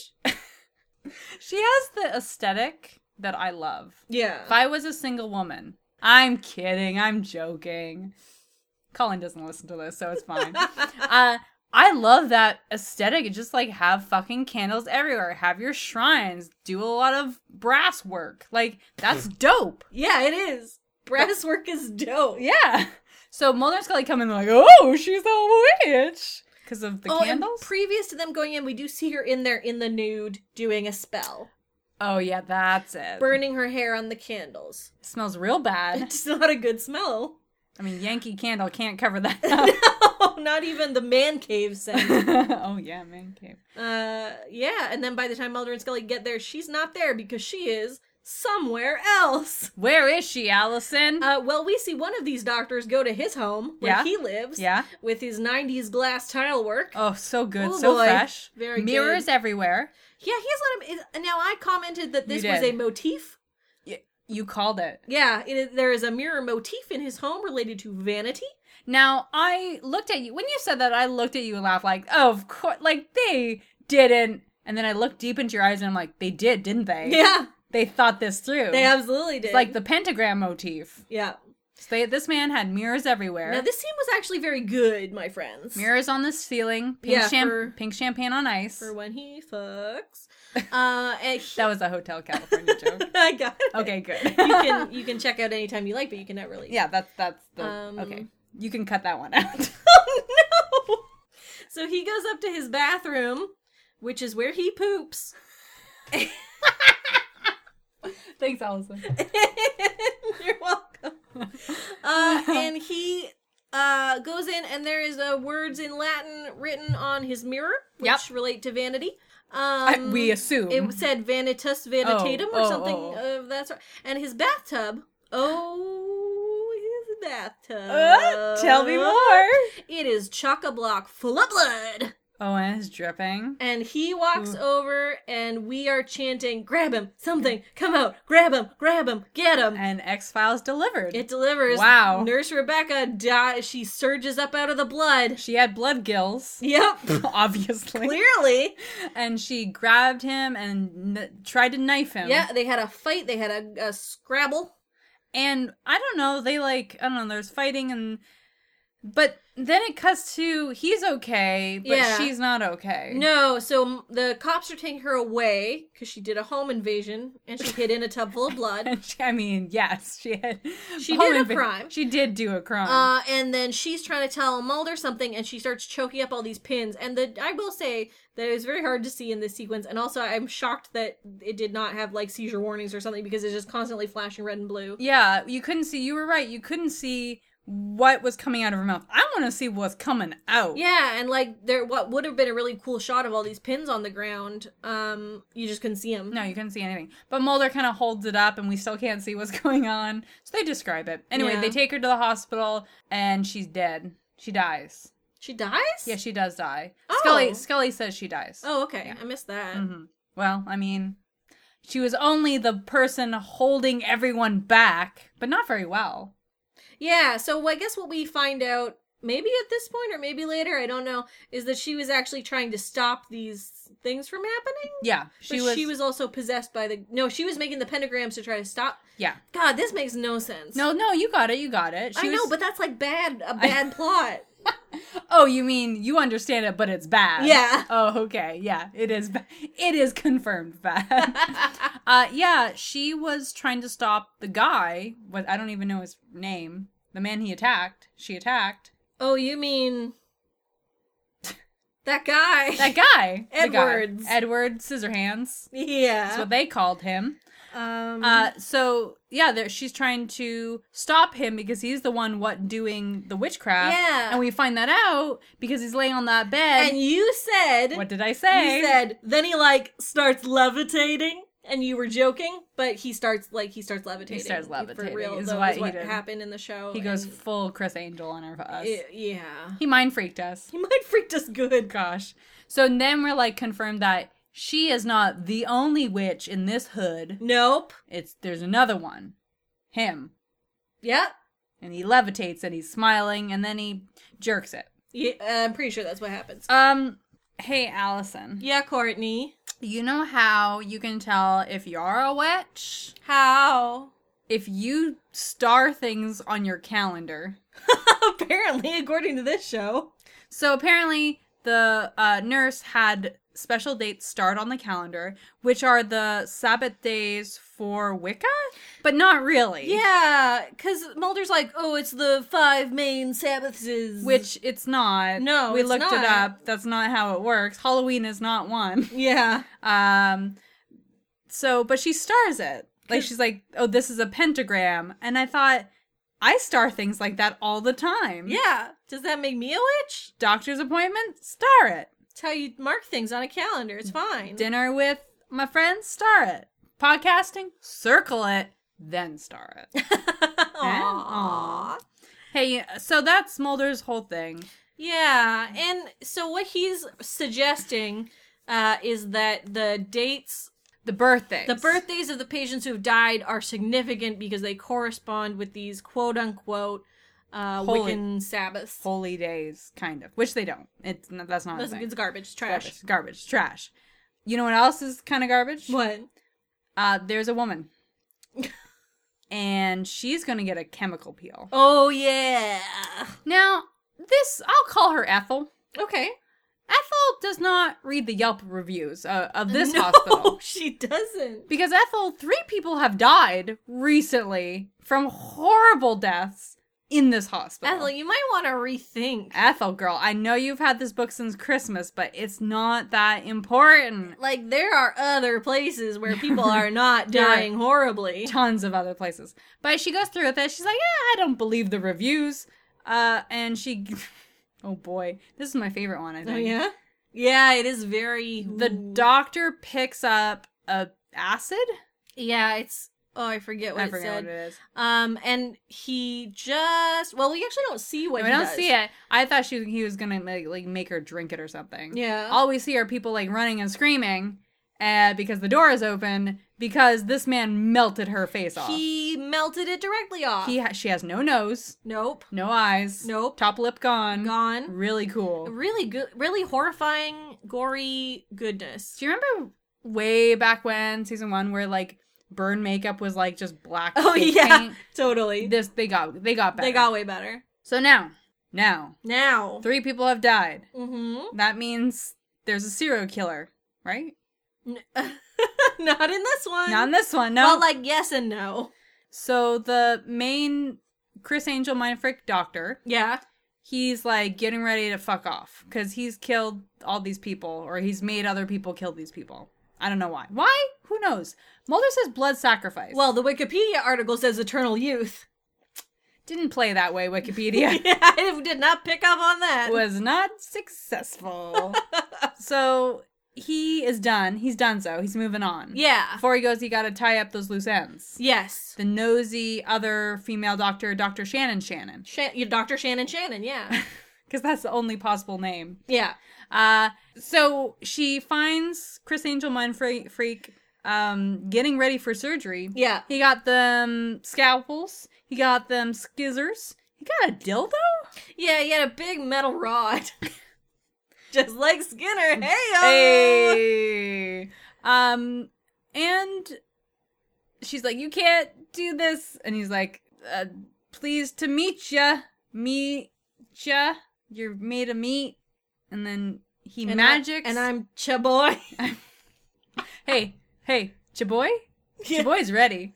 Speaker 1: she has the aesthetic that I love.
Speaker 2: Yeah.
Speaker 1: If I was a single woman, I'm kidding. I'm joking. Colin doesn't listen to this, so it's fine. uh, I love that aesthetic. It's just like have fucking candles everywhere, have your shrines, do a lot of brass work. Like,
Speaker 2: Hmm.
Speaker 1: that's dope.
Speaker 2: Yeah, it is. Brass work is dope.
Speaker 1: Yeah. So Mulder and Scully come in, they're like, oh, she's a witch. Because of the
Speaker 2: oh, and
Speaker 1: candles?
Speaker 2: previous to them going in, we do see her in there in the nude doing a spell,
Speaker 1: oh, yeah, that's it.
Speaker 2: burning her hair on the candles.
Speaker 1: Smells real bad.
Speaker 2: It's not a good smell.
Speaker 1: I mean, Yankee candle can't cover that up.
Speaker 2: no, not even the man cave scent.
Speaker 1: oh, yeah, man cave.
Speaker 2: uh, yeah, and then by the time Mulder and Scully get there, she's not there because she is somewhere else.
Speaker 1: Where is she, Allison?
Speaker 2: Uh, well, we see one of these doctors go to his home where
Speaker 1: Yeah.
Speaker 2: he lives.
Speaker 1: yeah.
Speaker 2: with his 90s glass tile work.
Speaker 1: Oh, so good,
Speaker 2: Oh,
Speaker 1: so
Speaker 2: boy.
Speaker 1: fresh.
Speaker 2: Very
Speaker 1: Mirrors
Speaker 2: good.
Speaker 1: everywhere.
Speaker 2: Yeah, he has a lot of. is- Now, I commented that
Speaker 1: You
Speaker 2: this was a
Speaker 1: did.
Speaker 2: motif.
Speaker 1: You called it.
Speaker 2: Yeah, it is, there is a mirror motif in his home related to vanity.
Speaker 1: Now, I looked at you. When you said that, I looked at you and laughed like, oh, of course. Like, they didn't. And then I looked deep into your eyes and I'm like, they did, didn't they?
Speaker 2: Yeah,
Speaker 1: They thought this through.
Speaker 2: they absolutely did.
Speaker 1: It's like the pentagram motif.
Speaker 2: yeah.
Speaker 1: So they, this man had mirrors everywhere.
Speaker 2: Now, this scene was actually very good, my friends.
Speaker 1: mirrors on the ceiling. Pink,
Speaker 2: Yeah,
Speaker 1: cham-
Speaker 2: for-
Speaker 1: pink champagne on ice.
Speaker 2: for when he fucks. uh, and he-
Speaker 1: that was a Hotel California joke.
Speaker 2: I got it.
Speaker 1: Okay, good.
Speaker 2: You can you can check out anytime you like, but you can not really.
Speaker 1: yeah, that's that's the
Speaker 2: Um,
Speaker 1: okay. You can cut that one out.
Speaker 2: Oh no! So he goes up to his bathroom, which is where he poops.
Speaker 1: Thanks, Allison.
Speaker 2: You're welcome. Uh, and he uh, goes in, and there is uh, words in Latin written on his mirror, which
Speaker 1: Yep.
Speaker 2: relate to vanity. Um,
Speaker 1: I- we assume.
Speaker 2: it said vanitas vanitatum
Speaker 1: Oh,
Speaker 2: or
Speaker 1: oh,
Speaker 2: something
Speaker 1: oh.
Speaker 2: of that sort. And his bathtub. Oh, his bathtub.
Speaker 1: Uh, tell me more.
Speaker 2: It is chock a block full of blood.
Speaker 1: Oh, and it's dripping.
Speaker 2: And he
Speaker 1: Mm.
Speaker 2: walks over, and we are chanting, "Grab him! Something! Come out! Grab him! Grab him! Get him!"
Speaker 1: Mm. And X Files delivered.
Speaker 2: It delivers.
Speaker 1: Wow.
Speaker 2: Nurse Rebecca dies. She surges up out of the blood.
Speaker 1: she had blood gills,
Speaker 2: Yep.
Speaker 1: obviously.
Speaker 2: Clearly.
Speaker 1: And she grabbed him and n- tried to knife him.
Speaker 2: Yeah, they had a fight. They had a, a scrabble.
Speaker 1: And I don't know, they like, I don't know, there's fighting and. But then it cuts to he's okay, but
Speaker 2: Yeah.
Speaker 1: she's not okay.
Speaker 2: No, so m- the cops are taking her away because she did a home invasion and she hid in a tub full of blood.
Speaker 1: And she, I mean, yes, she had.
Speaker 2: She
Speaker 1: home
Speaker 2: did a
Speaker 1: inv-
Speaker 2: crime.
Speaker 1: She did do a crime.
Speaker 2: Uh, and then she's trying to tell Mulder something, and she starts choking up all these pins. And the I will say that it was very hard to see in this sequence, and also I'm shocked that it did not have like seizure warnings or something because it's just constantly flashing red and blue.
Speaker 1: yeah, you couldn't see. You were right. You couldn't see what was coming out of her mouth. I want to see what's coming out.
Speaker 2: Yeah, and like there, what would have been a really cool shot of all these pins on the ground, um, you just couldn't see them.
Speaker 1: No, you couldn't see anything. But Mulder kind of holds it up, and we still can't see what's going on. So they describe it. Anyway,
Speaker 2: Yeah.
Speaker 1: they take her to the hospital, and she's dead. She dies.
Speaker 2: She dies.
Speaker 1: Yeah, she does die.
Speaker 2: Oh.
Speaker 1: Scully Scully says she dies.
Speaker 2: oh, okay.
Speaker 1: Yeah.
Speaker 2: I missed that.
Speaker 1: Mhm. Well, I mean, she was only the person holding everyone back, but not very well.
Speaker 2: Yeah. So I guess what we find out maybe at this point or maybe later, I don't know, is that she was actually trying to stop these things from happening.
Speaker 1: Yeah,
Speaker 2: She
Speaker 1: she
Speaker 2: but
Speaker 1: was,
Speaker 2: she was also possessed by the no. She was making the pentagrams to try to stop.
Speaker 1: Yeah.
Speaker 2: God, this makes no sense.
Speaker 1: No, no, you got it. You got it. She
Speaker 2: I
Speaker 1: was-
Speaker 2: know, but that's like bad a bad plot.
Speaker 1: oh, you mean you understand it, but it's bad.
Speaker 2: Yeah.
Speaker 1: Oh, okay. Yeah, it is. ba- It is confirmed bad. uh, yeah, she was trying to stop the guy. What I don't even know his name. The man he attacked. She attacked
Speaker 2: Oh, you mean that guy?
Speaker 1: that guy. the guy.
Speaker 2: Edwards.
Speaker 1: Edward Scissorhands. That's
Speaker 2: yeah.
Speaker 1: what they called him.
Speaker 2: Um,
Speaker 1: Uh, so yeah, there, she's trying to stop him because he's the one what doing the witchcraft.
Speaker 2: Yeah.
Speaker 1: and we find that out because he's laying on that bed.
Speaker 2: and you said
Speaker 1: what did I say?
Speaker 2: You said then he like starts levitating, and you were joking, but he starts like he starts levitating.
Speaker 1: starts levitating,
Speaker 2: for real.
Speaker 1: is
Speaker 2: though,
Speaker 1: what
Speaker 2: is
Speaker 1: he
Speaker 2: what
Speaker 1: did.
Speaker 2: happened in the show.
Speaker 1: he goes
Speaker 2: Oh, and
Speaker 1: full Chris Angel on her us.
Speaker 2: it- yeah.
Speaker 1: he mind freaked us.
Speaker 2: He might freaked us good.
Speaker 1: Gosh. So then we're like confirmed that she is not the only witch in this hood.
Speaker 2: Nope.
Speaker 1: It's there's another one, him,
Speaker 2: Yep.
Speaker 1: and he levitates and he's smiling and then he jerks it.
Speaker 2: Yeah, Uh, I'm pretty sure that's what happens.
Speaker 1: Um. Hey, Allison.
Speaker 2: yeah, Courtney.
Speaker 1: You know how you can tell if you're a witch?
Speaker 2: How?
Speaker 1: If you star things on your calendar.
Speaker 2: Apparently, according to this show.
Speaker 1: So apparently, the uh, nurse had special dates starred on the calendar, which are the Sabbath days for Wicca, but not really.
Speaker 2: Yeah, because Mulder's like, oh, it's the five main Sabbaths.
Speaker 1: Which it's not.
Speaker 2: No,
Speaker 1: we
Speaker 2: it's
Speaker 1: looked
Speaker 2: not.
Speaker 1: it up. That's not how it works. Halloween is not one.
Speaker 2: yeah,
Speaker 1: Um, so, but she stars it. Like she's like, oh, this is a pentagram, and I thought I star things like that all the time.
Speaker 2: yeah. Does that make me a witch?
Speaker 1: doctor's appointment, star it.
Speaker 2: It's how you mark things on a calendar. It's fine.
Speaker 1: Dinner with my friends, star it. Podcasting, circle it, then star it.
Speaker 2: Aww.
Speaker 1: hey, so that's Mulder's whole thing.
Speaker 2: Yeah, and so what he's suggesting uh, is that the dates
Speaker 1: The birthdays.
Speaker 2: The birthdays of the patients who have died are significant because they correspond with these quote unquote uh,
Speaker 1: Holy-
Speaker 2: Wiccan Sabbaths.
Speaker 1: holy days, kind of, which they don't. It's not, that's not. a
Speaker 2: That's-
Speaker 1: thing.
Speaker 2: it's garbage, trash.
Speaker 1: garbage, garbage, trash. You know what else is kind of garbage?
Speaker 2: What?
Speaker 1: Uh, there's a woman. and she's going to get a chemical peel.
Speaker 2: Oh, yeah.
Speaker 1: Now, this, I'll call her Ethel.
Speaker 2: Okay.
Speaker 1: Ethel does not read the Yelp reviews uh, of this
Speaker 2: no,
Speaker 1: hospital.
Speaker 2: she doesn't.
Speaker 1: Because Ethel, three people have died recently from horrible deaths in this hospital.
Speaker 2: Ethel, you might want to rethink.
Speaker 1: Ethel, girl, I know you've had this book since Christmas, but it's not that important.
Speaker 2: Like, there are other places where people are not dying horribly.
Speaker 1: tons of other places. But she goes through with it. She's like, yeah, I don't believe the reviews. Uh, and she, oh boy, this is my favorite one. I think.
Speaker 2: Oh, yeah? Yeah, it is very.
Speaker 1: The doctor picks up a acid.
Speaker 2: Yeah, it's. Oh, I forget what
Speaker 1: I
Speaker 2: it
Speaker 1: forget
Speaker 2: said.
Speaker 1: what it is.
Speaker 2: Um, and he just well, we actually don't see what
Speaker 1: No,
Speaker 2: he
Speaker 1: I don't
Speaker 2: does.
Speaker 1: see it. I thought she he was gonna make, like make her drink it or something.
Speaker 2: Yeah.
Speaker 1: All we see are people like running and screaming, uh, because the door is open because this man melted her face off.
Speaker 2: He melted it directly off.
Speaker 1: He ha- she has no nose,
Speaker 2: nope.
Speaker 1: no eyes,
Speaker 2: Nope.
Speaker 1: top lip gone.
Speaker 2: Gone.
Speaker 1: Really cool.
Speaker 2: Really good. Really horrifying, gory goodness.
Speaker 1: Do you remember way back when season one where like burn makeup was like just black?
Speaker 2: Oh
Speaker 1: fake
Speaker 2: yeah,
Speaker 1: paint?
Speaker 2: totally.
Speaker 1: This they got they got better.
Speaker 2: They got way better
Speaker 1: so now now
Speaker 2: now.
Speaker 1: three people have died.
Speaker 2: Mm-hmm.
Speaker 1: That means there's a serial killer, right?
Speaker 2: Not in this one.
Speaker 1: Not in this one. No.
Speaker 2: Well, like yes and no.
Speaker 1: so the main Chris Angel mind freak doctor,
Speaker 2: Yeah.
Speaker 1: he's like getting ready to fuck off because he's killed all these people or he's made other people kill these people. I don't know why. Why? Who knows? Mulder says blood sacrifice.
Speaker 2: Well, the Wikipedia article says eternal youth.
Speaker 1: didn't play that way. Wikipedia.
Speaker 2: yeah, I did not pick up on that.
Speaker 1: was not successful. so he is done. He's done so. He's moving on.
Speaker 2: yeah.
Speaker 1: Before he goes, he got to tie up those loose ends.
Speaker 2: Yes.
Speaker 1: The nosy other female doctor, Dr. Shannon Shannon,
Speaker 2: Shan- Dr. Shannon Shannon. Yeah.
Speaker 1: because that's the only possible name.
Speaker 2: yeah.
Speaker 1: Uh, so she finds Chris Angel Mind Fre- Freak um, getting ready for surgery.
Speaker 2: Yeah.
Speaker 1: He got them scalpels, he got them skizzers, he got a dildo?
Speaker 2: Yeah, he had a big metal rod. Just like Skinner. Hey,
Speaker 1: Hey. Um, and she's like, "You can't do this," and he's like, uh, "Pleased to meet ya, meet ya. You're made of meat." And then he magics.
Speaker 2: And I'm Chaboy.
Speaker 1: hey, hey, Chaboy. Chaboy's ready.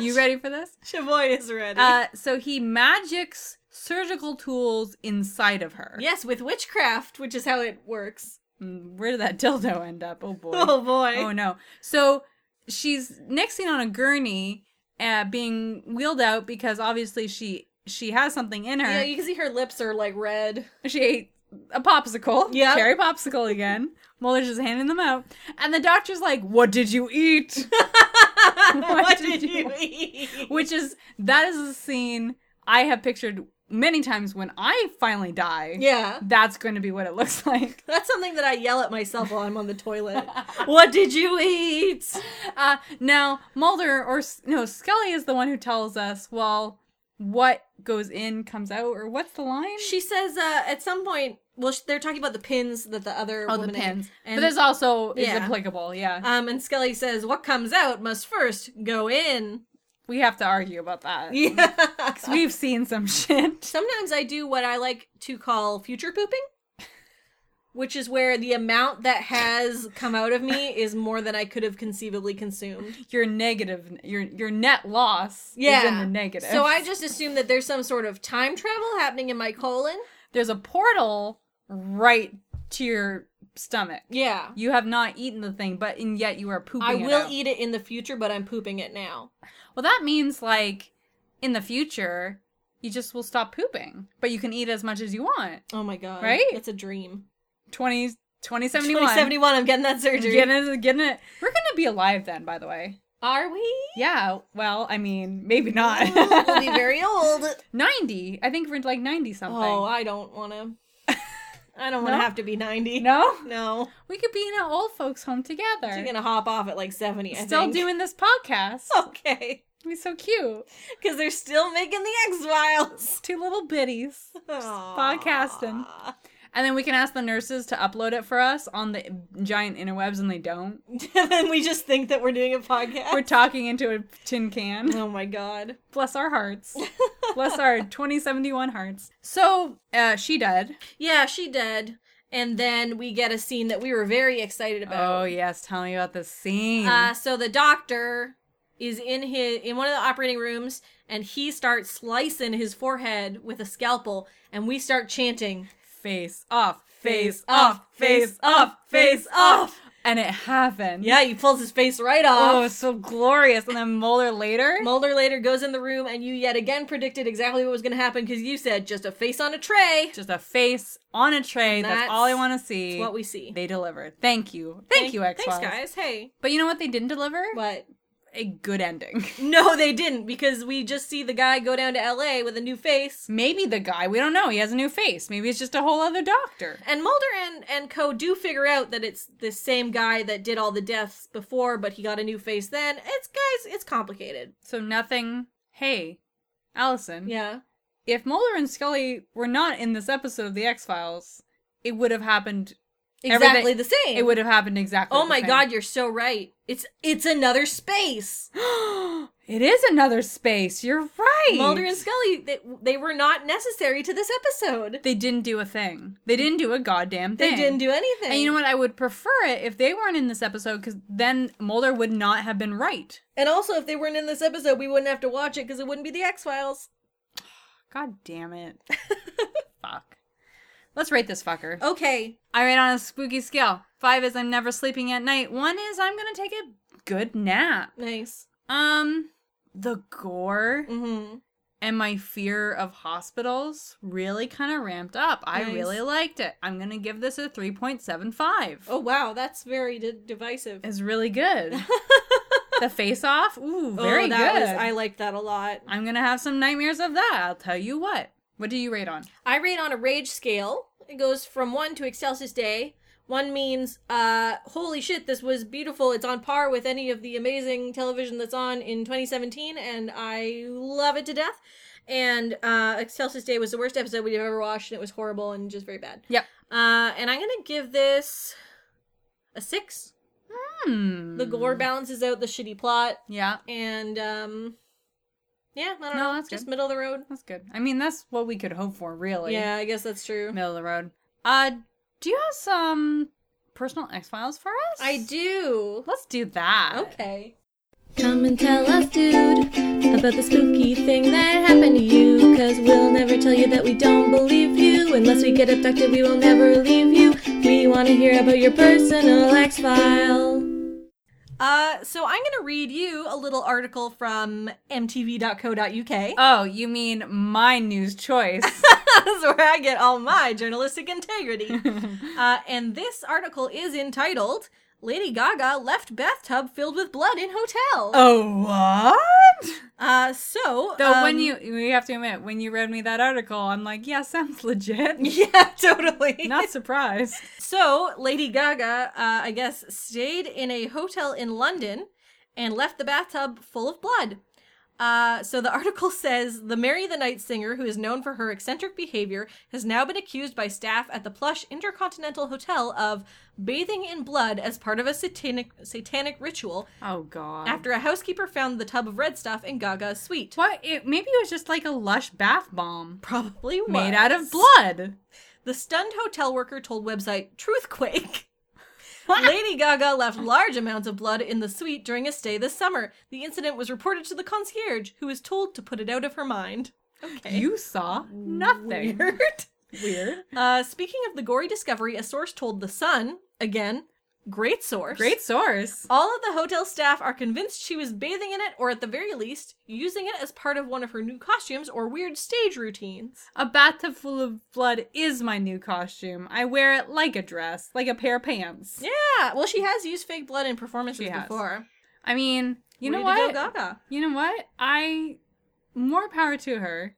Speaker 1: you ready for this?
Speaker 2: Chaboy is ready.
Speaker 1: Uh, so he magics surgical tools inside of her.
Speaker 2: yes, with witchcraft, which is how it works.
Speaker 1: Mm, Where did that dildo end up? Oh boy.
Speaker 2: Oh boy.
Speaker 1: Oh no. So she's next seen on a gurney, uh, being wheeled out because obviously she she has something in her.
Speaker 2: Yeah, you can see her lips are like red.
Speaker 1: she ate a popsicle.
Speaker 2: Yep.
Speaker 1: Cherry popsicle again. Muller's just handing them out, and the doctor's like, "What did you eat?"
Speaker 2: what,
Speaker 1: did you
Speaker 2: eat?
Speaker 1: Which is that is a scene I have pictured many times when I finally die.
Speaker 2: Yeah.
Speaker 1: That's going to be what it looks like.
Speaker 2: That's something that I yell at myself while I'm on the toilet. what did you eat?
Speaker 1: Uh, now Mulder or S- no Scully is the one who tells us. Well, what goes in comes out, or what's the line?
Speaker 2: She says uh, at some point, well, sh- they're talking about the pins that the other
Speaker 1: Oh, the
Speaker 2: woman ate.
Speaker 1: pins. but
Speaker 2: And,
Speaker 1: this also is
Speaker 2: Yeah.
Speaker 1: applicable. Yeah,
Speaker 2: um, and Skelly says, what comes out must first go in.
Speaker 1: we have to argue about that.
Speaker 2: Yeah.
Speaker 1: We've seen some shit.
Speaker 2: Sometimes I do what I like to call future pooping, which is where the amount that has come out of me is more than I could have conceivably consumed.
Speaker 1: Your negative, your your net loss is in the negative.
Speaker 2: So I just assume that there's some sort of time travel happening in my colon.
Speaker 1: there's a portal right to your stomach.
Speaker 2: Yeah.
Speaker 1: You have not eaten the thing, but and yet you are pooping.
Speaker 2: I
Speaker 1: it
Speaker 2: will
Speaker 1: out.
Speaker 2: eat it in the future, but I'm pooping it now.
Speaker 1: Well, that means like in the future, you just will stop pooping, but you can eat as much as you want.
Speaker 2: Oh my god.
Speaker 1: Right?
Speaker 2: It's a dream.
Speaker 1: 20, 2071.
Speaker 2: 2071, I'm getting that surgery.
Speaker 1: Getting it, getting it. We're gonna be alive then, by the way.
Speaker 2: Are we?
Speaker 1: Yeah. Well, I mean, maybe not.
Speaker 2: we'll be very old.
Speaker 1: ninety. I think we're like ninety something.
Speaker 2: Oh, I don't want to. I don't want to
Speaker 1: No?
Speaker 2: have to be 90.
Speaker 1: no,
Speaker 2: No.
Speaker 1: we could be in an old folks' home together.
Speaker 2: You're going to hop off at like 70, I
Speaker 1: Still
Speaker 2: think. Oh.
Speaker 1: doing this podcast.
Speaker 2: Okay.
Speaker 1: It'd be so cute.
Speaker 2: Because they're still making the X Files.
Speaker 1: Two little biddies podcasting, and then we can ask the nurses to upload it for us on the giant interwebs, and they don't.
Speaker 2: and then we just think that we're doing a podcast.
Speaker 1: We're talking into a tin can.
Speaker 2: oh my god.
Speaker 1: Bless our hearts. Bless our 2071 hearts. So, uh, she dead.
Speaker 2: Yeah, she did. And then we get a scene that we were very excited about.
Speaker 1: Oh, yes. Tell me about the scene.
Speaker 2: Uh, so the doctor is in his in one of the operating rooms, and he starts slicing his forehead with a scalpel, and we start chanting.
Speaker 1: face off, face off, face off, face off. And it happened.
Speaker 2: Yeah, he pulls his face right
Speaker 1: Oh, it
Speaker 2: off.
Speaker 1: was so glorious. And then Mulder later.
Speaker 2: Mulder later goes in the room, and you yet again predicted exactly what was going to happen because you said just a face on a tray.
Speaker 1: just a face on a tray.
Speaker 2: And
Speaker 1: That's,
Speaker 2: that's
Speaker 1: all I want to see.
Speaker 2: what we see.
Speaker 1: They delivered. Thank you. Thank, you, X
Speaker 2: Thanks, guys. Hey,
Speaker 1: But you know what they didn't deliver?
Speaker 2: but
Speaker 1: A good ending.
Speaker 2: no, they didn't because we just see the guy go down to L.A. with a new face.
Speaker 1: Maybe the guy, we don't know, he has a new face. Maybe it's just a whole other doctor.
Speaker 2: And Mulder and, and co do figure out that it's the same guy that did all the deaths before, but he got a new face then. It's guys, it's complicated.
Speaker 1: So nothing. Hey, Allison.
Speaker 2: Yeah.
Speaker 1: If Mulder and Scully were not in this episode of the X Files, it would have happened.
Speaker 2: Exactly
Speaker 1: everything-
Speaker 2: the same.
Speaker 1: It would have happened exactly.
Speaker 2: Oh
Speaker 1: the
Speaker 2: my
Speaker 1: same.
Speaker 2: god, you're so right. It's it's another space.
Speaker 1: It is another space. You're right.
Speaker 2: Mulder and Scully they, they were not necessary to this episode.
Speaker 1: they didn't do a thing. They didn't do a goddamn
Speaker 2: They
Speaker 1: thing.
Speaker 2: didn't do anything.
Speaker 1: And you know what? I would prefer it if they weren't in this episode because then Mulder would not have been right.
Speaker 2: And also if they weren't in this episode, we wouldn't have to watch it because it wouldn't be the X-Files.
Speaker 1: God damn it. Fuck. Let's rate this fucker.
Speaker 2: Okay.
Speaker 1: I rate on a spooky scale. Five is I'm never sleeping at night. One is I'm gonna take a good nap.
Speaker 2: Nice.
Speaker 1: Um, the gore
Speaker 2: Mhm.
Speaker 1: and my fear of hospitals really kind of ramped up. I
Speaker 2: Nice.
Speaker 1: really liked it. I'm gonna give this a 3.75.
Speaker 2: Oh wow, that's very de- divisive.
Speaker 1: It's really good. the face off, ooh, very
Speaker 2: oh, that
Speaker 1: good.
Speaker 2: Was, I liked that a lot.
Speaker 1: I'm gonna have some nightmares of that. I'll tell you what. What do you rate on?
Speaker 2: I rate on a rage scale. It goes from one to Excelsis Day. One means, uh, holy shit, this was beautiful. It's on par with any of the amazing television that's on in 2017, and I love it to death. And uh, Excelsis Day was the worst episode we've ever watched, and it was horrible and just very bad.
Speaker 1: Yep.
Speaker 2: Uh, and I'm gonna give this a six.
Speaker 1: Hmm.
Speaker 2: The gore balances out the shitty plot,
Speaker 1: Yeah,
Speaker 2: and um, yeah, I don't
Speaker 1: No,
Speaker 2: know.
Speaker 1: that's
Speaker 2: just
Speaker 1: good.
Speaker 2: middle of the road.
Speaker 1: that's good. I mean, that's what we could hope for, really.
Speaker 2: yeah, I guess that's true.
Speaker 1: middle of the road. Uh, do you have some personal X Files for us?
Speaker 2: I do.
Speaker 1: Let's do that.
Speaker 2: Okay.
Speaker 3: Come and tell us, dude, about the spooky thing that happened to you. Cause we'll never tell you that we don't believe you. Unless we get abducted, we will never leave you. We want to hear about your personal X file.
Speaker 2: Uh, so I'm gonna read you a little article from MTV.co.uk.
Speaker 1: Oh, you mean my news choice?
Speaker 2: That's where I get all my journalistic integrity. uh, and this article is entitled Lady Gaga Left Bathtub Filled with Blood in Hotel.
Speaker 1: oh, what?
Speaker 2: Uh, so.
Speaker 1: Though when
Speaker 2: um,
Speaker 1: you you have to admit when you read me that article, I'm like, yeah, sounds legit.
Speaker 2: Yeah, totally.
Speaker 1: Not surprised.
Speaker 2: So, Lady Gaga, uh, I guess, stayed in a hotel in London and left the bathtub full of blood. Uh, so the article says the Mary the Night singer, who is known for her eccentric behavior, has now been accused by staff at the plush Intercontinental Hotel of bathing in blood as part of a satanic satanic ritual.
Speaker 1: Oh God.
Speaker 2: After a housekeeper found the tub of red stuff in Gaga's suite,
Speaker 1: what? It, maybe it was just like a lush bath bomb
Speaker 2: probably
Speaker 1: made
Speaker 2: was.
Speaker 1: out of blood.
Speaker 2: The stunned hotel worker told website Truthquake. Lady Gaga left large amounts of blood in the suite during a stay this summer. The incident was reported to the concierge, who was told to put it out of her mind. Okay.
Speaker 1: You saw nothing.
Speaker 2: Weird.
Speaker 1: Weird.
Speaker 2: Uh, speaking of the gory discovery, a source told The Sun, again, great source.
Speaker 1: Great source.
Speaker 2: All of the hotel staff are convinced she was bathing in it, or at the very least, using it as part of one of her new costumes or weird stage routines.
Speaker 1: A bathtub full of blood is my new costume. I wear it like a dress, like a pair of pants.
Speaker 2: Yeah, well, she has used fake blood in performances
Speaker 1: She has.
Speaker 2: before.
Speaker 1: I mean, you know
Speaker 2: Way to
Speaker 1: what?
Speaker 2: go, Gaga.
Speaker 1: You know what? I more power to her.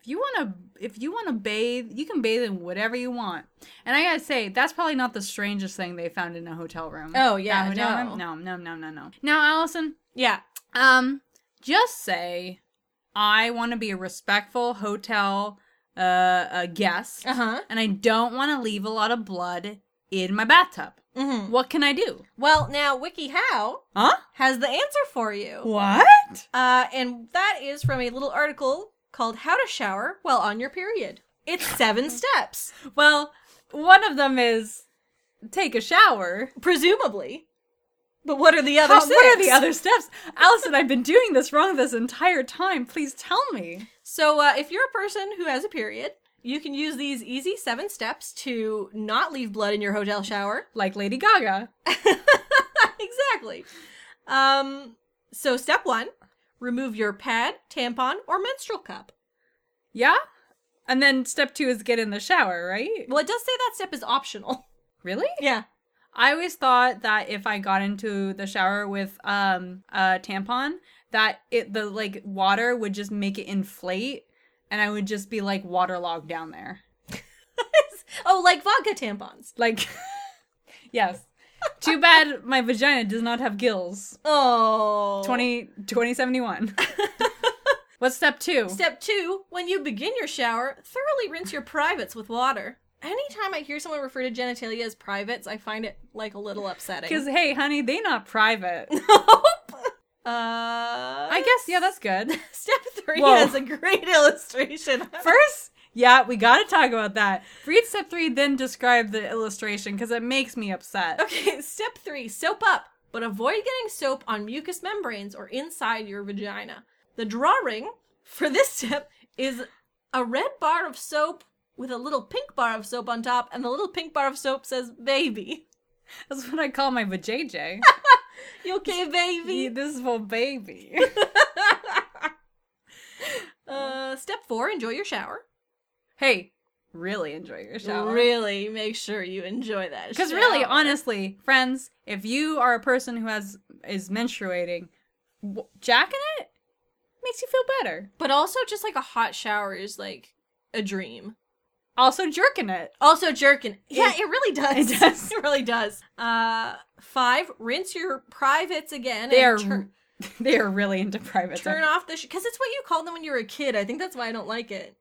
Speaker 1: If you want to if you want to bathe, you can bathe in whatever you want. And I got to say, that's probably not the strangest thing they found in a hotel room.
Speaker 2: Oh, yeah,
Speaker 1: That hotel room?
Speaker 2: no.
Speaker 1: No, no, no, no, no. Now, Allison,
Speaker 2: Yeah.
Speaker 1: um just say I want to be a respectful hotel uh, uh guest.
Speaker 2: huh.
Speaker 1: and I don't want to leave a lot of blood in my bathtub.
Speaker 2: Mm-hmm.
Speaker 1: What can I do?
Speaker 2: Well, now WikiHow
Speaker 1: Huh?
Speaker 2: has the answer for you.
Speaker 1: What?
Speaker 2: Uh, and that is from a little article called How to Shower While on Your Period. It's seven steps,
Speaker 1: Well, one of them is take a shower.
Speaker 2: presumably. But what are the other
Speaker 1: How-
Speaker 2: six?
Speaker 1: what are the other steps? Allison, I've been doing this wrong this entire time. Please tell me.
Speaker 2: So, uh, if you're a person who has a period, you can use these easy seven steps to not leave blood in your hotel shower.
Speaker 1: Like Lady Gaga.
Speaker 2: exactly. Um, so, step one remove your pad, tampon, or menstrual cup.
Speaker 1: Yeah? And then step two is get in the shower, right?
Speaker 2: Well, it does say that step is optional.
Speaker 1: Really?
Speaker 2: Yeah.
Speaker 1: I always thought that if I got into the shower with um a tampon, that it the like water would just make it inflate and I would just be like waterlogged down there.
Speaker 2: Oh, like vodka tampons.
Speaker 1: Like yes. Too bad my vagina does not have gills.
Speaker 2: Oh.
Speaker 1: 20 2071. What's step 2?
Speaker 2: Step two, when you begin your shower, thoroughly rinse your privates with water. Anytime I hear someone refer to genitalia as privates, I find it like a little upsetting.
Speaker 1: Cuz hey honey, they not private.
Speaker 2: nope. Uh, I
Speaker 1: I guess yeah, that's good.
Speaker 2: step three
Speaker 1: Whoa.
Speaker 2: has a great illustration.
Speaker 1: First, yeah, we got to talk about that. Read step 3 then describe the illustration cuz it makes me upset.
Speaker 2: okay, step three, soap up, but avoid getting soap on mucous membranes or inside your vagina. The drawing for this step is a red bar of soap with a little pink bar of soap on top, and the little pink bar of soap says baby.
Speaker 1: That's what I call my vajayjay.
Speaker 2: You okay,
Speaker 1: Be
Speaker 2: baby?
Speaker 1: this for baby.
Speaker 2: Uh, step four, enjoy your shower.
Speaker 1: hey, really enjoy your shower.
Speaker 2: Really make sure you enjoy that.
Speaker 1: Because
Speaker 2: shower.
Speaker 1: really, honestly, friends, if you are a person who has is menstruating, w- jacking it makes you feel better.
Speaker 2: But also, just like a hot shower is like a dream.
Speaker 1: Also, jerking it.
Speaker 2: Also jerking. Yeah,
Speaker 1: It-
Speaker 2: it, really does.
Speaker 1: it does.
Speaker 2: It really does. Uh, five. Rinse your privates again.
Speaker 1: They are
Speaker 2: and tur-
Speaker 1: They are really into private.
Speaker 2: Turn off the because it's what you called them when you were a kid. I think that's why I don't like it.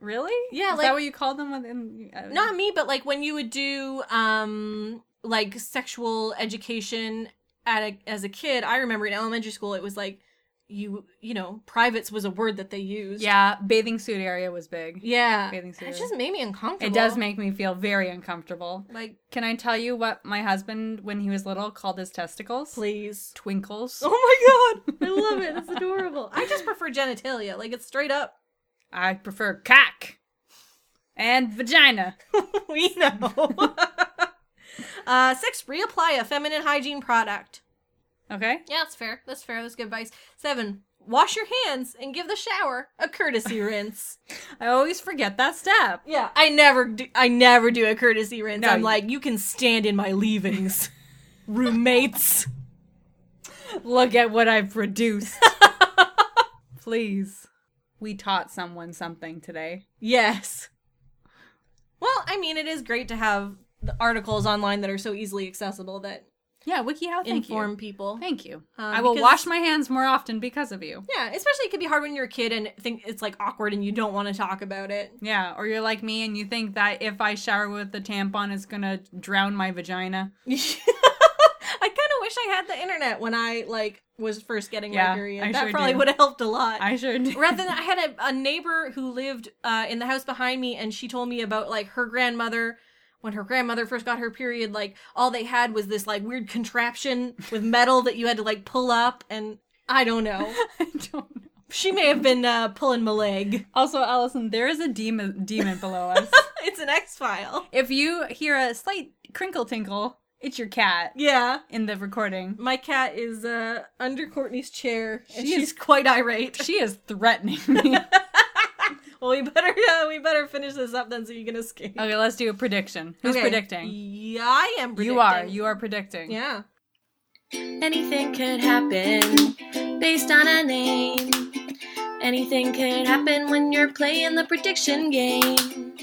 Speaker 1: Really?
Speaker 2: Yeah,
Speaker 1: Is
Speaker 2: like-
Speaker 1: that what you call them? When, in, uh,
Speaker 2: Not me, but like when you would do um like sexual education at a, as a kid. I remember in elementary school it was like you you know privates was a word that they used.
Speaker 1: Yeah, bathing suit area was big.
Speaker 2: yeah.
Speaker 1: Bathing suit.
Speaker 2: It just made me uncomfortable.
Speaker 1: It does make me feel very uncomfortable.
Speaker 2: like
Speaker 1: Can I tell you what my husband, when he was little, called his testicles?
Speaker 2: please.
Speaker 1: Twinkles.
Speaker 2: Oh my god, I love it. That's adorable. I just prefer genitalia. Like it's straight up.
Speaker 1: I prefer cock and vagina.
Speaker 2: we know. uh, six, reapply a feminine hygiene product.
Speaker 1: Okay.
Speaker 2: Yeah, that's fair. That's fair. That's good advice. Seven, wash your hands and give the shower a courtesy rinse.
Speaker 1: I always forget that step.
Speaker 2: yeah, I never do. I never do a courtesy rinse.
Speaker 1: No,
Speaker 2: I'm
Speaker 1: you-
Speaker 2: like, you can stand in my leavings, roommates.
Speaker 1: Look at what I've produced. Please. We taught someone something today.
Speaker 2: Yes. Well, I mean, it is great to have the articles online that are so easily accessible that
Speaker 1: Yeah, WikiHow, thank
Speaker 2: inform
Speaker 1: you.
Speaker 2: people.
Speaker 1: Thank you.
Speaker 2: Um,
Speaker 1: I will
Speaker 2: because-
Speaker 1: wash my hands more often because of you.
Speaker 2: Yeah, especially it could be hard when you're a kid and think it's like awkward and you don't want to talk about it.
Speaker 1: Yeah, or you're like me and you think that if I shower with the tampon, it's gonna drown my vagina.
Speaker 2: I kind of wish I had the internet when I like was first getting
Speaker 1: Yeah,
Speaker 2: my period.
Speaker 1: I
Speaker 2: that
Speaker 1: sure
Speaker 2: probably
Speaker 1: do.
Speaker 2: would have helped a lot.
Speaker 1: I sure do.
Speaker 2: Rather than I had a, a neighbor who lived uh, in the house behind me, and she told me about like her grandmother. When her grandmother first got her period, like all they had was this like weird contraption with metal that you had to like pull up, and I don't know.
Speaker 1: I don't know.
Speaker 2: She may have been uh, pulling my leg.
Speaker 1: Also, Allison, there is a demon demon below us.
Speaker 2: It's an X file.
Speaker 1: if you hear a slight crinkle tinkle, it's your cat
Speaker 2: Yeah,
Speaker 1: in the recording.
Speaker 2: my cat is uh, under Courtney's chair, and
Speaker 1: She is-
Speaker 2: she's quite irate.
Speaker 1: She is threatening me.
Speaker 2: Well, we better uh, we better finish this up then, so you can escape.
Speaker 1: okay, let's do a prediction. Who's
Speaker 2: Okay.
Speaker 1: predicting?
Speaker 2: Yeah, I am predicting.
Speaker 1: You are. You are predicting.
Speaker 2: Yeah.
Speaker 3: Anything could happen based on a name. Anything could happen when you're playing the prediction game.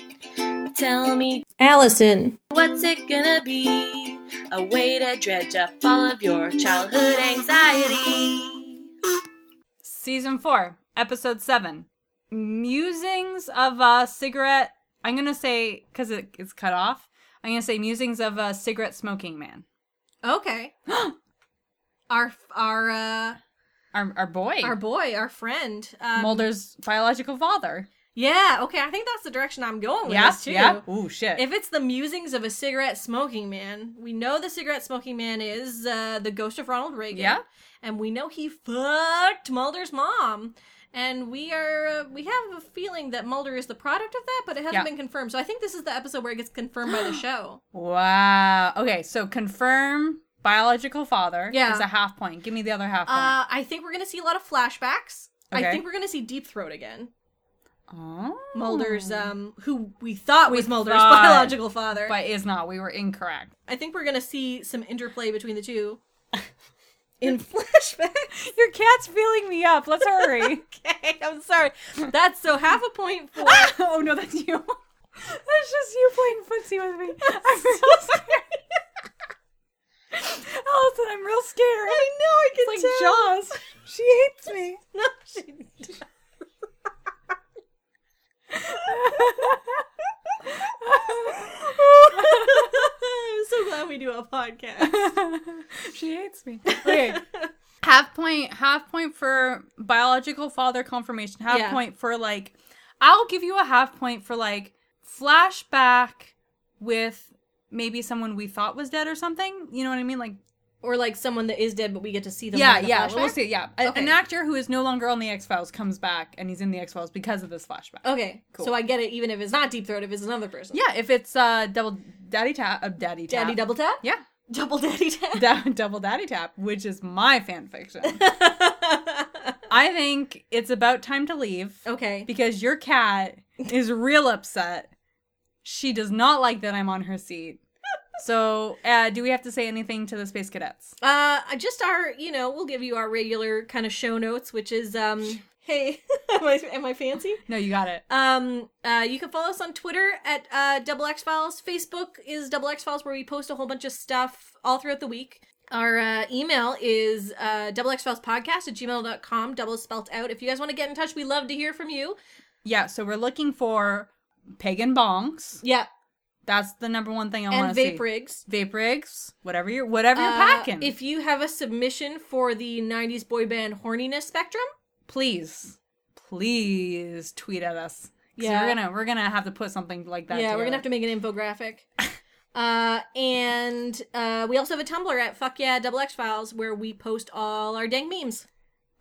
Speaker 3: Tell me, Allison, what's it gonna be? A way to dredge up all of your childhood anxiety.
Speaker 1: Season four, episode seven. Musings of a cigarette. I'm gonna say because it, it's cut off. I'm gonna say musings of a cigarette smoking man.
Speaker 2: Okay. our our uh
Speaker 1: Our our boy,
Speaker 2: our boy, our friend. Um,
Speaker 1: Mulder's biological father.
Speaker 2: Yeah. Okay. I think that's the direction I'm going with
Speaker 1: Yes,
Speaker 2: this too.
Speaker 1: yeah. Ooh, shit.
Speaker 2: If it's the musings of a cigarette smoking man, we know the cigarette smoking man is uh, the ghost of Ronald Reagan.
Speaker 1: Yeah.
Speaker 2: And we know he fucked Mulder's mom. And we are uh, we have a feeling that Mulder is the product of that, but it hasn't
Speaker 1: Yeah.
Speaker 2: been confirmed. So I think this is the episode where it gets confirmed by the show.
Speaker 1: wow. Okay, so confirm biological father
Speaker 2: Yeah.
Speaker 1: is a half point. Give me the other half point.
Speaker 2: Uh, I think we're gonna see a lot of flashbacks. I
Speaker 1: Okay.
Speaker 2: think we're gonna see Deep Throat again.
Speaker 1: Oh.
Speaker 2: Mulder's um who we thought was Mulder's
Speaker 1: thought.
Speaker 2: biological father.
Speaker 1: but is not. We were incorrect.
Speaker 2: I think we're gonna see some interplay between the two in flashbacks.
Speaker 1: Your cat's feeling me up. Let's hurry.
Speaker 2: okay, I'm sorry. That's so half a point for.
Speaker 1: oh no, that's you. That's just you playing footsie with me. I'm real scared. Allison, I'm real scared. I know. I can it's like Jaws. She hates me.
Speaker 2: no, she- I'm so glad we do a podcast.
Speaker 1: she hates me. Okay. half point half point for biological father confirmation. Half
Speaker 2: Yeah.
Speaker 1: point for like I'll give you a half point for like flashback with maybe someone we thought was dead or something. You know what I mean? Like
Speaker 2: Or like someone that is dead, but we get to see them.
Speaker 1: yeah,
Speaker 2: in the
Speaker 1: yeah,
Speaker 2: flashback.
Speaker 1: we'll see. Yeah, A-
Speaker 2: Okay.
Speaker 1: an actor who is no longer on the X Files comes back, and he's in the X Files because of this flashback.
Speaker 2: Okay,
Speaker 1: Cool.
Speaker 2: so I get it. Even if it's not Deep Throat, if it's another person.
Speaker 1: Yeah, if it's uh, double daddy tap, uh, daddy tap,
Speaker 2: Daddy double tap.
Speaker 1: yeah,
Speaker 2: Double daddy tap.
Speaker 1: da- double daddy tap, which is my fan fiction. I think it's about time to leave
Speaker 2: okay.
Speaker 1: because your cat is real upset. She does not like that I'm on her seat. So, uh, do we have to say anything to the space cadets?
Speaker 2: Uh, just our, you know, we'll give you our regular kind of show notes, which is, um, hey, am I, am I fancy?
Speaker 1: No, you got it.
Speaker 2: Um, uh, you can follow us on Twitter at uh, Double X Files. Facebook is Double X Files, where we post a whole bunch of stuff all throughout the week. Our uh, email is uh, double x files podcast at gmail.com, double spelt out. If you guys want to get in touch, we love to hear from you.
Speaker 1: Yeah, so we're looking for pagan bongs.
Speaker 2: Yeah.
Speaker 1: That's the number one thing I want
Speaker 2: And
Speaker 1: to see.
Speaker 2: vape rigs.
Speaker 1: Vape rigs, whatever you're, whatever you're
Speaker 2: Uh,
Speaker 1: packing.
Speaker 2: If you have a submission for the 90s boy band horniness spectrum,
Speaker 1: please, please tweet at us. 'Cause
Speaker 2: Yeah.
Speaker 1: we're gonna we're gonna have to put something like that.
Speaker 2: yeah, we're gonna have to make an infographic. uh, and uh, we also have a Tumblr at fuck yeah double x files where we post all our dang memes.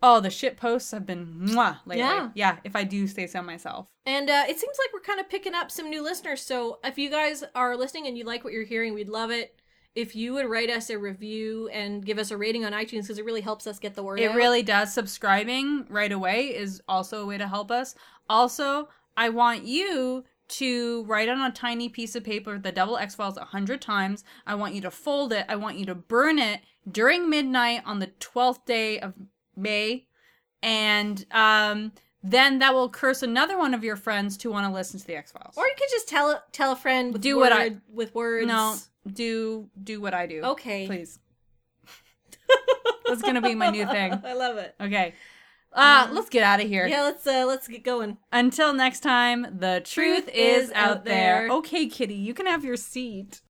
Speaker 1: Oh, the shit posts have been mwah lately.
Speaker 2: Yeah.
Speaker 1: Yeah. if I do say so myself.
Speaker 2: And uh, it seems like we're kind of picking up some new listeners. So if you guys are listening and you like what you're hearing, we'd love it if you would write us a review and give us a rating on iTunes because it really helps us get the word
Speaker 1: It
Speaker 2: out.
Speaker 1: really does. Subscribing right away is also a way to help us. Also, I want you to write on a tiny piece of paper the double X Files a hundred times. I want you to fold it. I want you to burn it during midnight on the twelfth day of May, and um, then that will curse another one of your friends to want to listen to the X Files.
Speaker 2: Or you could just tell tell a friend with
Speaker 1: Do what I-
Speaker 2: word- with words.
Speaker 1: no, do do what I do.
Speaker 2: Okay.
Speaker 1: please. That's gonna be my new thing.
Speaker 2: I love it. Um,
Speaker 1: Okay. Uh, let's get out of here.
Speaker 2: Yeah, let's uh, let's get going.
Speaker 1: Until next time, the truth,
Speaker 2: Truth
Speaker 1: is,
Speaker 2: is
Speaker 1: out
Speaker 2: out
Speaker 1: there.
Speaker 2: there.
Speaker 1: Okay, kitty, you can have your seat.